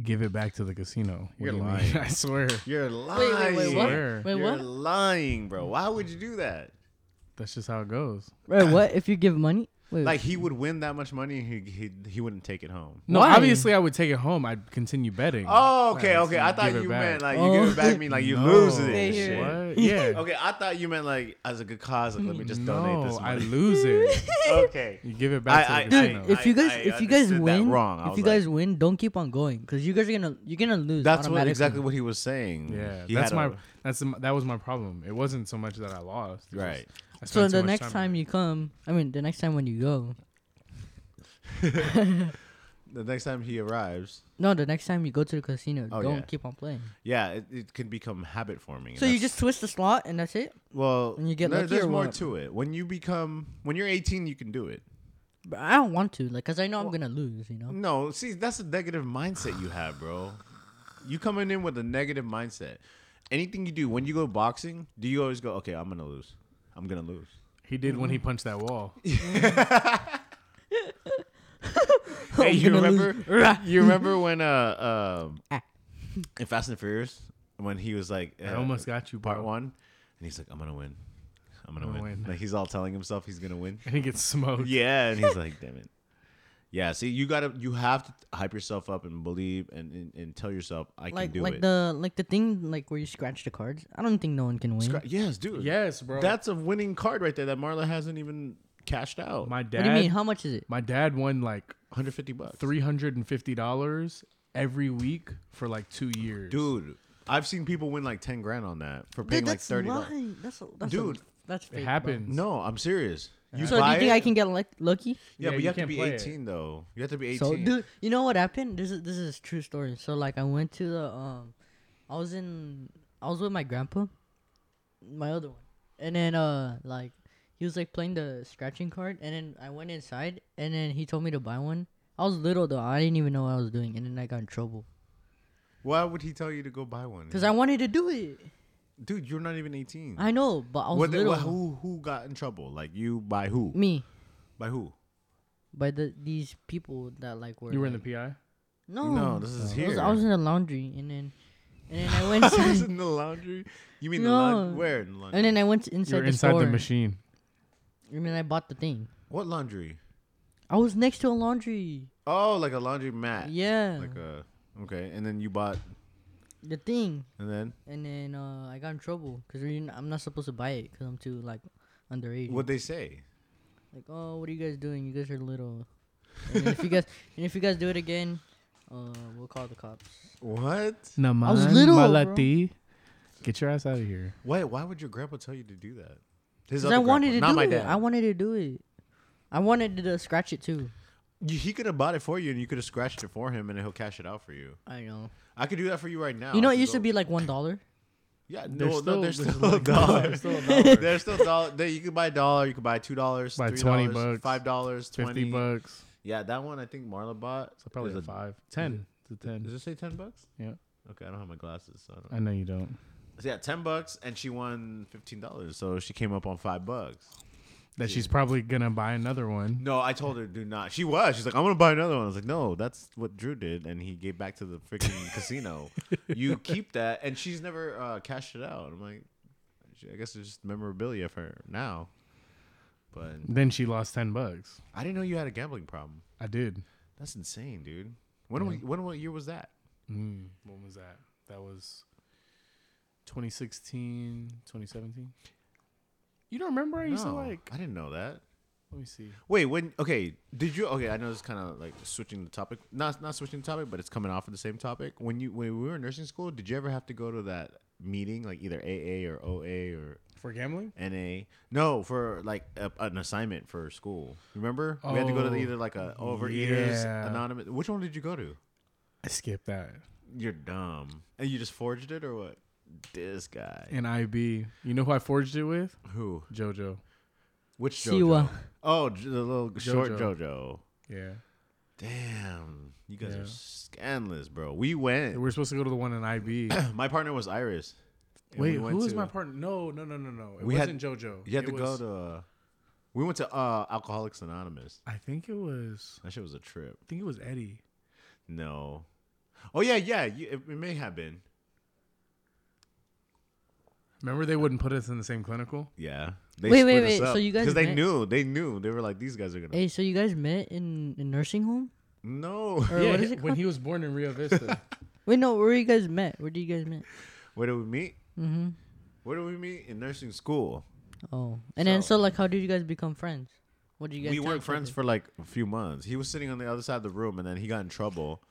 give it back to the casino? What You're do you mean? lying. I swear. You're lying. Wait, wait, wait, what? Swear. Wait, You're what? lying, bro. Why would you do that? That's just how it goes. Wait, what? If you give money? Wait, Like he would win that much money, he he, he wouldn't take it home. No, Why? obviously I would take it home. I'd continue betting. Oh, okay, Nice. okay. I thought Give it you back. meant like Oh. you give it back, mean like you No. lose it. Stay and here. shit. What? Yeah. Okay, I thought you meant like as a good cause. Like, let me just donate no, this I money. lose it. okay. You give it back I- to the I- Dude, I- casino. if you guys I if you guys understood that win, wrong. I if was you like- guys win, don't keep on going because you guys are gonna you're gonna lose. That's what automatically. exactly what he was saying. yeah, He that's had my a- that's the- that was my problem. It wasn't so much that I lost. It was Right. I So spent too the much next time you come, I mean the next time when you go, the next time he arrives. no, the next time you go to the casino, Oh, don't yeah. keep on playing. Yeah, it, it can become habit forming. and So you that's- just twist the slot and that's it. well, and you get there- lucky there's or more what? to it. When you become when you're 18, you can do it. But I don't want to, like, cause I know I'm gonna lose. You know. No, see, that's a negative mindset you have, bro. You coming in with a negative mindset. Anything you do when you go boxing, do you always go, okay, I'm gonna lose, I'm gonna lose. he did when he Mm-hmm. punched that wall. hey, I'm you gonna remember? lose. you remember when uh um Ah. in Fast and Furious when he was like I uh, almost got you, bro. part one, and he's like, I'm gonna win, I'm gonna, I'm gonna win. win. Like he's all telling himself he's gonna win. and he gets smoked. yeah, and he's like, damn it. Yeah, see, you gotta, you have to hype yourself up and believe and and, and tell yourself I can Like do like it. the like the thing like where you scratch the cards. I don't think no one can win. Scra- yes, dude. Yes, bro. That's a winning card right there that Marla hasn't even cashed out. my dad. what do you mean? How much is it? My dad won like 150 bucks. three hundred and fifty dollars every week for like two years. Dude, I've seen people win like 10 grand on that for paying like that's 30. bucks. lying. That's a, that's Dude, a, that's fake, it bro. happens. No, I'm serious. You So do buy you think it? I can get like lucky? Yeah, Yeah, but you, you have to can't be play it. 18 though. You have to be 18. So, dude, you know what happened? This is this is a true story. So, like, I went to the um, I was in, I was with my grandpa, my other one, and then uh, like, he was like playing the scratching card, and then I went inside, and then he told me to buy one. I was little though; I didn't even know what I was doing, and then I got in trouble Why would he tell you to go buy one? because I wanted to do it. dude, you're not even 18. I know, but I was What the- little. what- who who got in trouble? Like you by who? me By who? by the these people that like were you were in the like- PI. no No, this is I was, here. I was in the laundry, and then and then I went. I was inside- in the laundry. You mean the No. laundry? Where in the laundry? And then I went inside You were the inside store. the machine. I mean, I bought the thing. what laundry? I was next to a laundry. Oh, like a laundry mat. Yeah, Like a okay, and then you bought, the thing. and then And then uh, I got in trouble because I'm not supposed to buy it because I'm too like underage. what they say? Like, oh, what are you guys doing? You guys are little. And if you guys and if you guys do it again, uh, we'll call the cops. What? Naman, was little, bro. Malati. Get your ass out of here. Why? Why would your grandpa tell you to do that? His 'Cause other I wanted grandpa, not to do my it. dad. I wanted to do it. I wanted to uh, scratch it too. You- he could have bought it for you, and you could have scratched it for him, and he'll cash it out for you. I know. I could do that for you right now. you know, I it could used to go- be like one dollar. Yeah, They're no, no, still- there's they're still a dollar. There's still dollar. there- You could buy a dollar. You could buy two dollars, Buy three 20 dollars, bucks, five dollars, 50 twenty bucks. Yeah, that one I think Marla bought. So probably Is a it- five. 10 to 10. Does it say ten bucks? Yeah. Okay, I don't have my glasses, so I don't. I know you don't. So yeah, ten bucks, and she won fifteen dollars. So she came up on five bucks. that she's probably gonna buy another one. No, I told her do not. She was. She's like, I'm gonna buy another one. I was like, no, that's what Drew did, and he gave back to the freaking casino. You keep that, and she's never uh, cashed it out. I'm like, I guess it's just memorabilia for her now. But Then she lost ten bucks. I didn't know you had a gambling problem. I did. That's insane, dude. When we, when what year was that? Mm. When was that? That was 2016, 2017. You don't remember? I used No, to like. I didn't know that. Let me see. Wait, when? Okay, did you? Okay, I know it's kind of like switching the topic. Not not switching the topic, but it's coming off of the same topic. When you when we were in nursing school, did you ever have to go to that meeting, like either AA or OA or For gambling? NA? No, for like a, an assignment for school. Remember, we had to go to Oh, either like a Overeaters yeah. Anonymous. Which one did you go to? I skipped that. You're dumb, and you just forged it or what? This guy. And IB. You know who I forged it with? Who? JoJo. Which JoJo? Siwa. Oh, j- the little short JoJo. JoJo. Yeah. Damn, you guys Yeah. are scandalous, bro. We We went. were supposed to go to the one in IB. my partner was Iris. And Wait, we who went was to- my partner? No, no, no, no, no. It We had- wasn't JoJo. You had It to was- go to. Uh, we went to uh, Alcoholics Anonymous. I think it was. That shit was a trip. I think it was Eddie. No. Oh yeah, yeah. You, it, it may have been. Remember they wouldn't put us in the same clinical? Yeah. They Wait, wait, split us wait, up so you guys because they met- knew, they knew, they were like, these guys are gonna. Hey, so you guys met in in nursing home? No. Or what is it when called? he was born in Rio Vista. Wait, no, where you guys met? Where did you guys meet? Where did we meet? Mm-hmm. Where did we meet in nursing school? Oh, and then So- so like, how did you guys become friends? What did you guys? we tell weren't each friends other? for like a few months. He was sitting on the other side of the room, and then he got in trouble,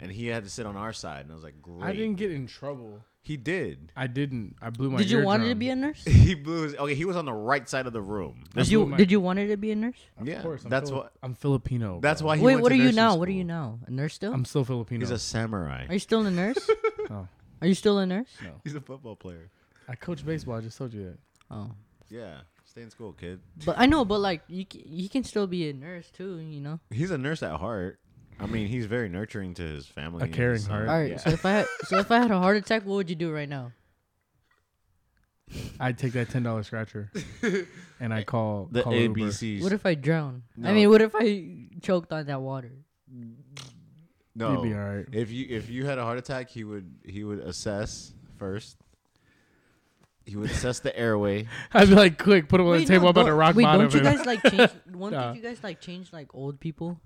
and he had to sit on our side. And I was like, "Great." I didn't get in trouble. He did. I didn't. I blew my. Did you want to eardrum. be a nurse? He blew his. Okay, he was on the right side of the room. Did blew you my- did you wanted to be a nurse? Of Yeah, course, I'm that's Fili- what- I'm Filipino. That's bro. why he. Wait, went what to are you nursing now? What are school. you now? A nurse still? I'm still Filipino. He's a samurai. Are you still a nurse? Oh. Are you still a nurse? He's a football player. I coach baseball. I just told you that. Oh, Yeah, stay in school, kid. but I know, but like you, c- you can still be a nurse too. You know. He's a nurse at heart. I mean, he's very nurturing to his family. A and his caring son. heart. All right. Yeah. So if I had, so if I had a heart attack, what would you do right now? I'd take that ten dollar scratcher, and I call the call Uber. ABCs. What if I drown? No. I mean, what if I choked on that water? no, You'd be all right. if you if you had a heart attack, he would he would assess first. He would assess the airway. I'd be like, quick, put him on the Wait, table. no, I'm about to don't- rock wait, bottom. don't you and- guys like change? One Nah. thing you guys like change like old people.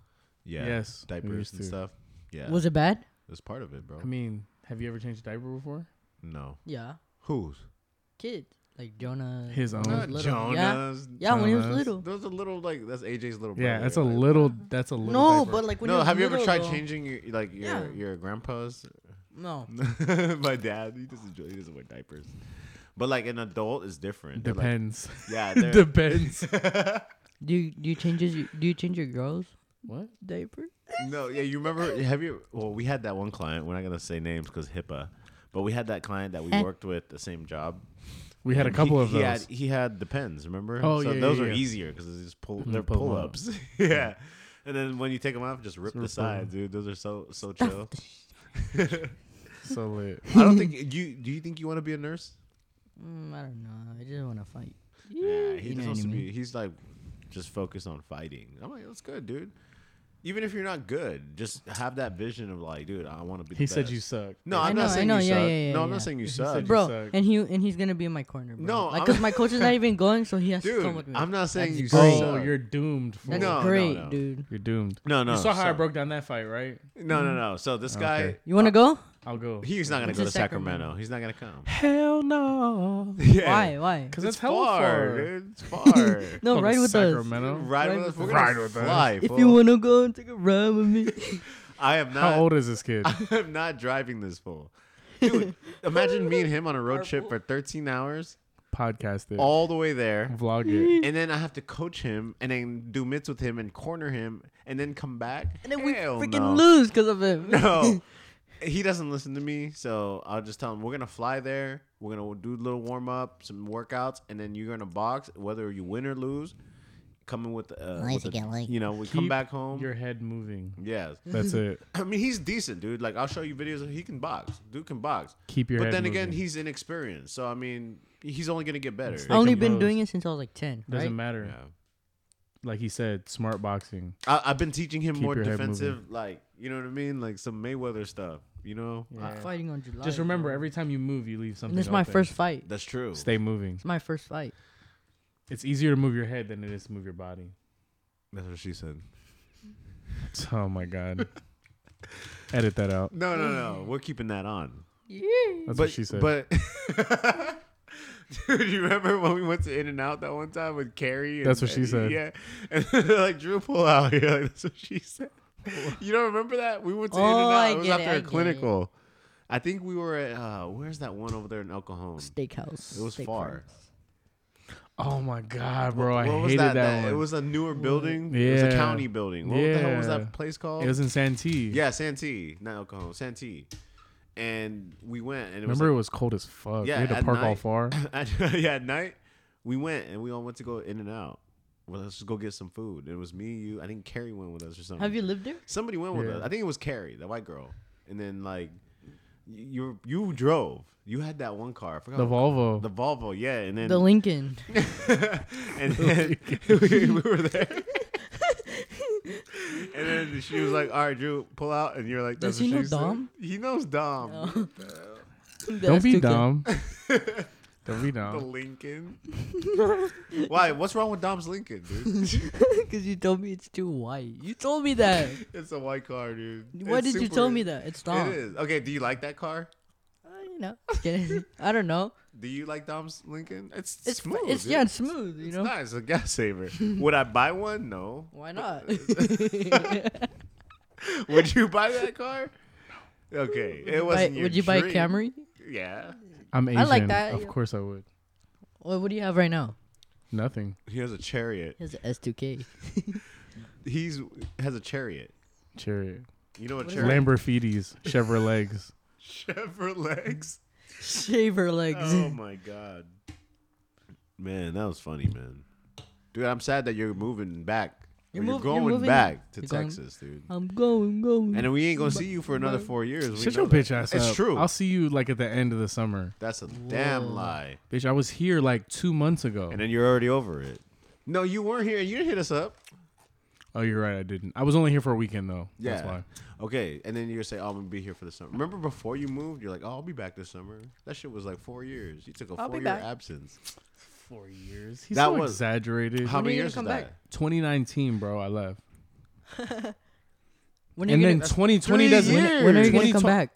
Yeah. Yes, we Diapers used and to. stuff. Yeah. Was it bad? That's part of it, bro. I mean, have you ever changed a diaper before? no. Yeah, Who's? kid like Jonah. His own. when he Not was Oh, little. Yeah, Jonas. yeah when he was Jonas. little. Those are little like that's AJ's little brother. Yeah, that's a like- uh, little. That's a little. No, diaper. but like when no, he was have you little, ever tried though- changing your, like your Yeah. your grandpa's? No. My dad, he doesn't enjoy, he doesn't wear diapers. But like an adult is different. They're, Like, depends. yeah, they're, depends. Do you do you change his, do you change your girls what? diaper? no, yeah. You remember? Have you? Well, we had that one client. We're not gonna say names because HIPAA. But we had that client that we Eh. worked with the same job. We had a And couple he, of he Had, those. he had the pens, remember? Oh, so yeah, Those yeah, are yeah. easier because it's just pull. They're pull 'em pull up. ups. yeah. And then when you take them off, just rip the rip 'em. sides, dude. Those are so so chill. so lit. I don't think you. Do you think you want to be a nurse? Mm, I don't know. I just want to fight. Yeah, he You just know what wants I to mean? be. He's like, just focused on fighting. I'm like, that's good, dude. Even if you're not good, just have that vision of like, dude, I want to be. The He said best. you suck. No, I I'm know, not I saying know, you yeah, suck. yeah, no, I'm yeah. not saying you He suck, said bro. Bro, suck. and he and he's gonna be in my corner, bro. No, like I'm- because my coach is not even going, so he has to Dude, come with me. I'm not saying That's you great. suck. Oh, you're doomed. Fool. That's No, no, great, no. dude. You're doomed. No, no. you saw how I so- broke down that fight, right? No, no, Mm-hmm. no. So this guy, Okay. You want to go? I'll go. he's not gonna It's go in to Sacramento. Sacramento. He's not gonna come. Hell no. yeah. Why? Why? Because It's that's hella far, far. dude. It's far. No, Go to ride with us. Sacramento. ride, Ride with us. with We're us. gonna Ride with us. fly. If fool. you wanna go and take a ride with me, I am not. How old is this kid? I'm not driving this fool. Dude, imagine me and him on a road trip Carpool. for 13 hours, Podcast it. all the way there, Vlog it. and then I have to coach him, and then do mitts with him, and corner him, and then come back. and then we Hell freaking no. lose because of him. No. He doesn't listen to me, so I'll just tell him we're gonna fly there. We're gonna do a little warm up, some workouts, and then you're gonna box. Whether you win or lose, coming with, uh, Nice with a- again, like- you know, we come Keep back home. Your head moving. yes, That's it. I mean he's decent, dude. Like I'll show you videos. of- He can box. Dude can box. Keep your but head then moving. again, he's inexperienced. So I mean, he's only gonna get better. They I only can been pose. doing it since I was like ten. doesn't right? matter. Yeah. Like he said, smart boxing. I, I've been teaching him Keep more your head defensive, like you know what I mean, like some Mayweather stuff. You know, Yeah. Fighting on July. Just remember, bro. every time you move, you leave something. And this is my open. first fight. that's true. Stay moving. It's my first fight. It's easier to move your head than it is to move your body. That's what she said. Oh my god. Edit that out. No, no, no. We're keeping that on. That's but what she said. But dude, you remember when we went to In and Out that one time with Carrie? and- That's what she said. Yeah, and they're like Drew pull out. Yeah, like, that's what she said. You don't remember that? We went to Oh, In and Out. I It was get it, after I a get it. clinical. I think we were at uh, where's that one over there in El Cajon? Steakhouse. It was Steak far. fries. oh my god, bro! I What was hated that. It one. was a newer building. It was a Yeah. county building. What the hell was Yeah. that place called? It was in Santee. yeah, Santee, not El Cajon, Santee. And we went, and it was Remember, it was cold as fuck. Yeah, we had at to park all night. far. at, yeah, at night we went and we all went to go in and out. Well, let's just go get some food. It was me, you. I think Carrie went with us or something. Have you lived there? Somebody went with Yeah. us. I think it was Carrie, the white girl. And then like you, you drove. You had that one car. I forgot The what- Volvo. the Volvo. Yeah, and then The Lincoln. and then we, we were there. and then she was like, "All right, Drew, pull out." And you're like, Does "That's he what know she said." Dom? He knows Dom. Don't be dumb. Don't be The dumb. Lincoln. Why? What's wrong with Dom's Lincoln, dude? Because you told me it's too white. You told me that. It's a white car, dude. Why It's did you super- tell me that? It's Dom. It is okay. Do you like that car? Uh, you know, just kidding. I don't know. Do you like Dom's Lincoln? It's, It's smooth. smooth. It's dude. yeah, it's smooth. You It's know. nice. A gas saver. Would I buy one? No. Why not? Would you buy that car? Okay. It Buy- wasn't. your would you buy a dream. Camry? Yeah. I'm Asian. I like that, Of yeah. course I would. What, what do you have right now? Nothing. He has a chariot. He has an S2K. He's has a chariot. Chariot. You know what, is chariot? Lamborghinis. Chevrolets. Chevrolet's. Shaver legs. Oh my god. Man, that was funny, man. Dude, I'm sad that you're moving back. Or You're You're, mov- you're going moving- back to you're going- Mm-hmm. Texas, dude. I'm going, going. And then we ain't gonna see you for another but- four years. We Shut know your that. bitch ass It's up. true. I'll see you like at the end of the summer. That's a damn Whoa. lie. Bitch, I was here like two months ago. And then you're already over it. No, you weren't here. You didn't hit us up. Oh, you're right. I didn't. I was only here for a weekend though. That's why. Okay. And then you're say, oh, I'm gonna be here for the summer. Remember before you moved, you're like, oh, I'll be back this summer. That shit was like four years. You took a I'll be four year back. absence. Four years. He's That so was- exaggerated. How When are many you gonna years come was that? back? 2019, bro. I left. when and then gonna, 2020 three doesn't. years. when, when are you gonna 2020 come back?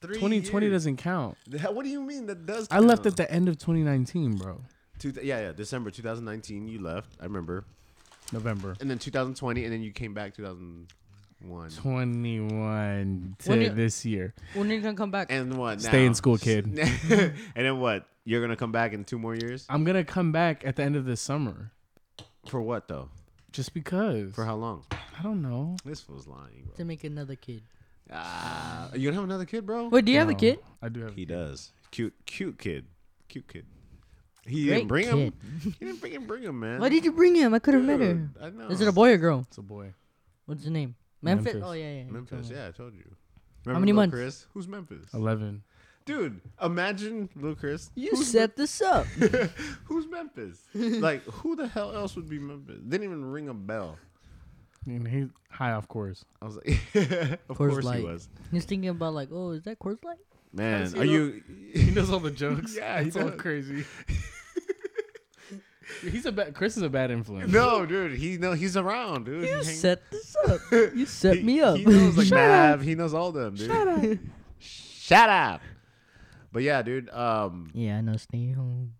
Three 2020 years. doesn't count. What do you mean that does? I left count? at the end of 2019, bro. Two th- yeah, yeah, December 2019, you left. I remember. November. And then 2020, and then you came back 2001. 21 to When you- this year. When are you gonna come back? And what? Now? Stay in school, kid. and then what? You're gonna come back in two more years? I'm gonna come back at the end of this summer, For what though? just because. For how long? I don't know. This was lying, bro. to make another kid. Ah, you gonna have another kid, bro? Wait, do you have a Oh. No, kid? I do have. He does. Cute, cute kid. Cute kid. He Great didn't bring him. kid. He didn't bring him. Bring him, man. Why did you bring him? I could have met her. Dude, I know. Is it a boy or girl? It's a boy. What's his name? Memphis. Memphis. Oh yeah, yeah. yeah. Memphis? Yeah, I told you. many Lil months? Chris? Who's Memphis? 11. Dude, imagine Lil Chris. You Who's set this up. Who's Memphis? like, who the hell else would be Memphis? Didn't even ring a bell. And he's high off course. I was like, of Coors course Light. he was. He's thinking about like, oh, is that Coors Light? Man, Yes, are you? He knows all the jokes. Yeah, he it's all does. crazy. he's a bad. Chris is a bad influence. No, dude. He know he's around, dude. You he hang- set this up. You set he- me up. He knows like Shut Nav. He knows all them, dude. Shut up. Shut up. But yeah, dude. Um, Yeah, I know. Stay home.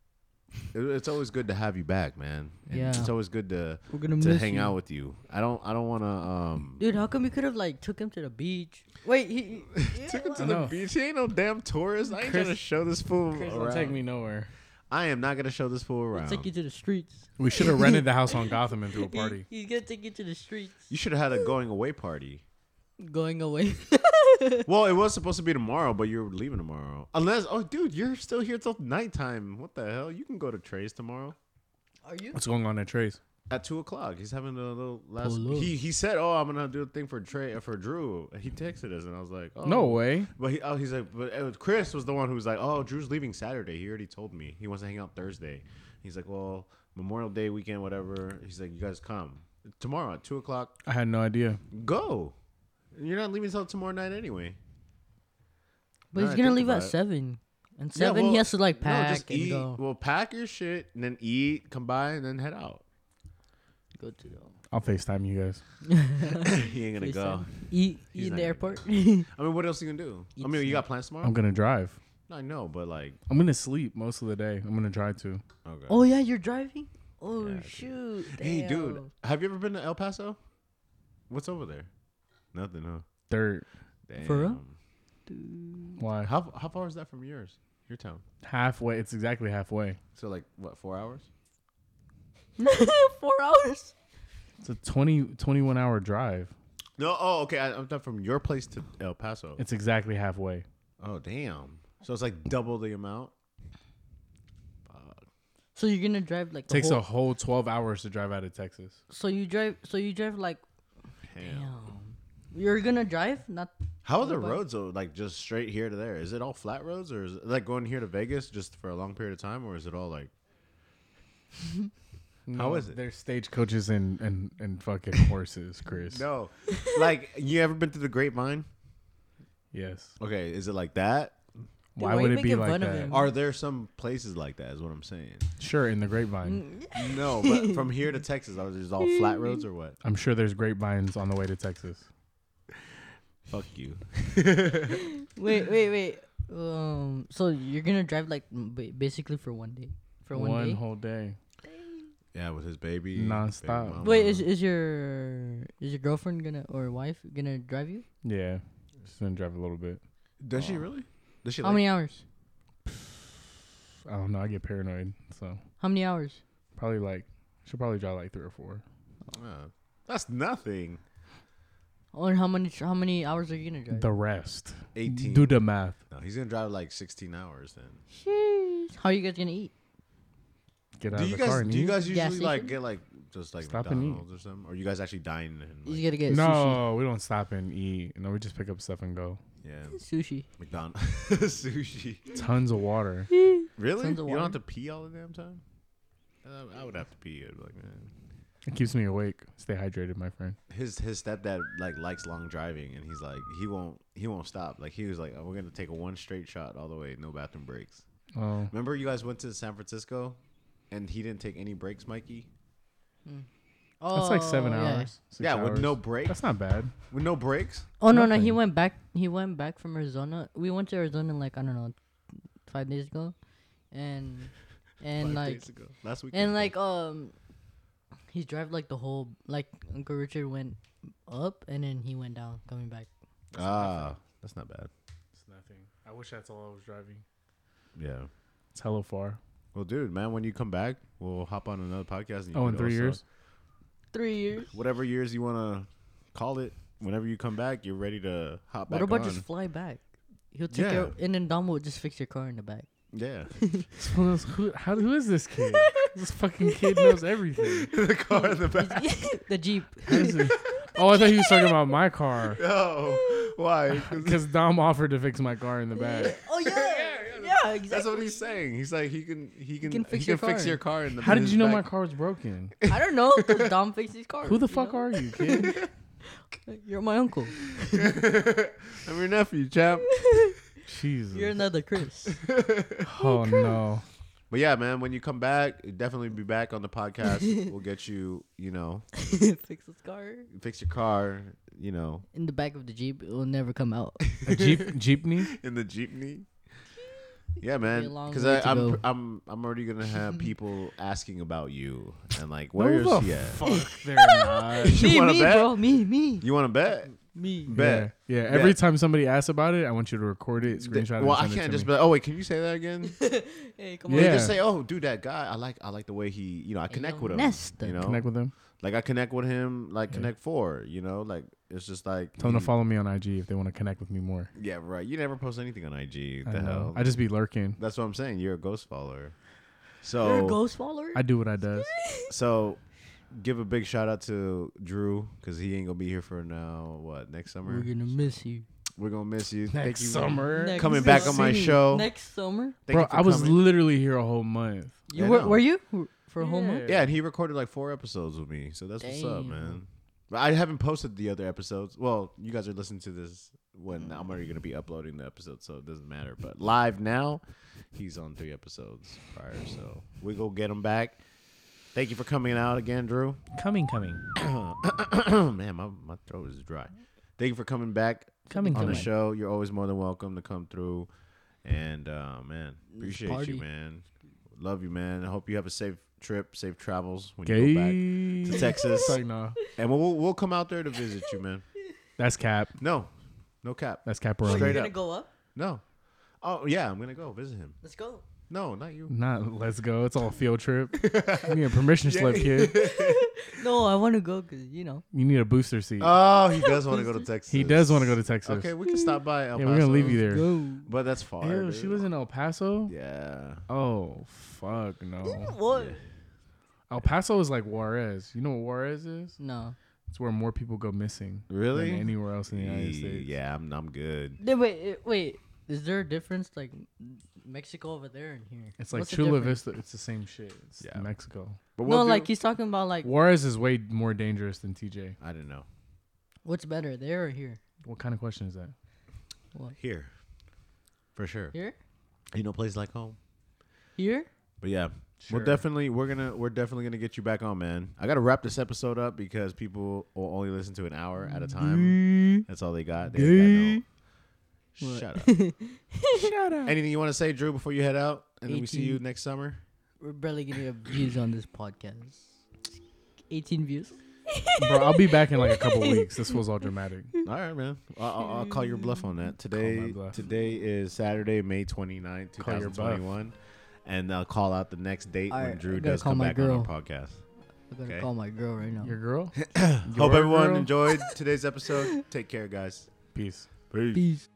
it- it's always good to have you back, man. And Yeah. It's always good to We're gonna to miss hang you. out with you. I don't. I don't want to. Um. Dude, how come you could have like took him to the beach? Wait, he, he- yeah, Took him to I the know. beach. He ain't no damn tourist. I ain't Chris- gonna show this fool Chris around. don't take me nowhere. I am not gonna show this fool around. take you to the streets. We should have rented the house on Gotham and threw a He- party. he's gonna take you to the streets. You should have had a going away party. Going away. Well, it was supposed to be tomorrow, but you're leaving tomorrow. Unless, oh, dude, you're still here till nighttime. What the hell? You can go to Trey's tomorrow. Are you? What's going on at Trace? at two o'clock. He's having a little last. Pull up. He he said, "Oh, I'm gonna do a thing for Trey uh, for Drew." He texted us, and I was like, oh. No way. But he, oh, he's like, but it was- Chris was the one who was like, "Oh, Drew's leaving Saturday. He already told me he wants to hang out Thursday." He's like, "Well, Memorial Day weekend, whatever." He's like, "You guys come tomorrow at two o'clock. I had no idea. Go. You're not leaving until tomorrow night anyway." But Now he's I gonna think leave about at it. seven. And Yeah, seven, well, he has to like no, pack just and eat. go. Well, pack your shit and then eat. Come by and then head out. Go to the I'll FaceTime you guys. he ain't gonna go. FaceTime. eat, He's eat not in the gonna airport. I mean, what else you gonna do? I Eat mean, you snack. got plans tomorrow? I'm gonna drive. I know, but like, I'm gonna sleep most of the day. I'm gonna try to. okay. oh yeah, you're driving. Oh Yeah, dude. shoot! Hey, dude, damn. have you ever been to El Paso? What's over there? Nothing, huh? Dirt. For real? Damn. Why? How how far is that from yours? Your town? Halfway. It's exactly halfway. So like what? Four hours? Four hours. It's a 20, 21 hour drive. No. Oh, okay. I, I'm not from your place to El Paso. It's exactly halfway. oh, damn. So it's like double the amount. So you're gonna drive like the takes whole, a whole 12 hours to drive out of Texas. So you drive. So you drive like Damn. damn. You're gonna drive not How are the Nobody- roads though? Like just straight here to there? Is it all flat roads, or is it like going here to Vegas just for a long period of time, or is it all like? How is it? There's stagecoaches and, and, and fucking horses, Chris. No, like you ever been to the Grapevine? Yes. Okay, is it like that? Why, why you would it be making like fun of that? him? Are there some places like that? Is what I'm saying. Sure, in the grapevine. Mm. No, but from here to Texas, are these all flat roads or what? I'm sure there's grapevines on the way to Texas. Fuck you. wait, wait, wait. Um, so you're gonna drive like m- ba- basically for one day, for one, One day. whole day. Yeah, with his baby. Nonstop. baby mama. Wait, is is your is your girlfriend gonna or wife gonna drive you? Yeah. Just gonna drive a little bit. does Oh. she really? Does she? How like- many hours? I don't know. I get paranoid. So How many hours? probably like, she'll probably drive like three or four. Oh, that's nothing. Or how many how many hours are you gonna drive? The rest. 18. Do the math. No, he's gonna drive like 16 hours then. Sheesh. How are you guys gonna eat? Get out Do of you the car guys? and Do you eat. guys Gas usually like station? get like just like Stop and eat. McDonald's or something? Or you guys actually dine and You like, gotta get no, we don't stop and eat. No, we just pick up stuff and go. yeah sushi. McDonald's sushi? Tons of water. Sushi. Really? You Tons of don't have water. to pee all the damn time. Uh, I would have to pee. I'd be like, man. It keeps me awake. Stay hydrated, my friend. his his stepdad like likes long driving and he's like he won't he won't stop like he was like oh, we're gonna take a one straight shot all the way no bathroom breaks Oh, remember you guys went to san francisco and he didn't take any breaks mikey oh, that's like seven yeah. hours. six yeah with no hours. breaks That's not bad. with no breaks Oh no no he Nothing. went back he went back from Arizona. We went to Arizona like I don't know, five days ago, and and Five like days ago. last week And like um, he drove like the whole like Uncle Richard went up and then he went down coming back. ah that's not bad It's nothing. I wish that's all I was driving. yeah It's hello far. well dude man when you come back we'll hop on another podcast and you Oh, in can three also- years. Three years. whatever years you want to call it whenever you come back you're ready to Oh hop back what about on. just fly back? He'll take Yeah. your and then Dom will just fix your car in the back. yeah who, how, who is this kid? this fucking kid knows everything. the car in the back the Jeep. How does it- oh, I thought he was talking about my car oh why 'Cause because Dom offered to fix my car in the back. Oh yeah, yeah, exactly. That's what he's saying. He's like he can he can, can he fix can your fix car. your car in the How in did you his know my back. car was broken? I don't know. 'cause Dom fixed his car. Who the you fuck know? are you, kid? You're my uncle. I'm your nephew, chap. Jesus. You're another Chris. oh no. But yeah, man, when you come back, definitely be back on the podcast. we'll get you, you know, fix his car fix your car, you know, in the back of the Jeep. It will never come out. A jeep jeepney. in the jeepney. Yeah, Be a man. long Because way to I'm go. I'm I'm already gonna have people asking about you and like No, where is the he at? Fuck, they're not. You me, wanna me, bet? bro. Me, me, You want to bet? me. Bet. Yeah, yeah. Bet. Every time somebody asks about it, I want you to record it, Th- screenshot it. Well, I and send it can't to just me. be like, oh wait, can you say that again? Hey, come Or Yeah. just say, oh, dude, that guy, I like I like the way he, you know, I connect with him. Nesta. You know, connect with them. Like I connect with him, like Yeah. connect four. You know, like it's just like Tell them to he- follow me on IG if they want to connect with me more. Yeah, right. You never post anything on IG. I, The know. hell. I just be lurking. That's what I'm saying. You're a ghost follower. You're a So ghost follower? I do what I does. so give a big shout out to Drew because he ain't gonna be here for now. What next summer? We're gonna miss you. We're gonna miss you. Thank Next you. summer. Next Coming back on my summer. show. Next summer. Thank Bro, you for I was coming. literally here a whole month. You Yeah, were, no. were you for a whole month? yeah, and he recorded like four episodes with me, so that's what's up, Damn. man. But I haven't posted the other episodes. Well, you guys are listening to this when I'm already gonna be uploading the episode, so it doesn't matter. But live now, he's on three episodes prior, so we go get him back. Thank you for coming out again, Drew. Coming, coming. man, my, my throat is dry. Thank you for coming back Coming, on the coming. show. You're always more than welcome to come through. And uh, man, appreciate party. you, man. Love you, man. I hope you have a safe trip, safe travels when you go back Gay. to Texas. It's like, no. and we'll we'll come out there to visit you, man. That's cap. No, no cap. That's You're Straight caparoni. gonna up. go up? No. Oh yeah, I'm gonna go visit him. Let's go. No, not you. Not let's go. It's all field trip. you need a permission slip, kid. No, I want to go because you know. You need a booster seat. Oh, he does want to go to Texas. he does want to go to Texas. Okay, we can stop by. El yeah, we're gonna leave Paso, you there. But that's far. Ew, dude. she lives in El Paso. Yeah. Oh fuck no. What? El Paso is like Juarez. You know what Juarez is? No. It's where more people go missing Really? than anywhere else in the United States. Yeah, I'm I'm good. Then wait, eh, wait. Is there a difference like Mexico over there and here? It's like What's the Chula difference? Vista. It's the same shit. It's Yeah. Mexico. But no, we'll do- like he's talking about like Juarez is way more dangerous than TJ. I didn't know. what's better, there or here? What kind of question is that? Here. For sure. Here? You know, places like home. Here? But yeah. Sure. We're definitely we're gonna we're definitely gonna get you back on, man. I gotta wrap this episode up because people will only listen to an hour at a time. Mm. That's all they got. They ain't got no- What? Shut up. Shut up. Anything you want to say, Drew, before you head out, and then we see you Eighteen. next summer. We're barely getting views on this podcast. 18 views. Bro, I'll be back in like a couple weeks. This was all dramatic. All right, man. I'll, I'll, I'll call your bluff on that. Today, bluff. today is Saturday, May 29th, Call your bluff. 2021, and I'll call out the next date All when right, Drew I gotta does call come my back on our podcast. I gotta Okay. call my girl right now. Your girl? Hope Your everyone girl? enjoyed today's episode. Take care, guys. Peace. Peace. Peace.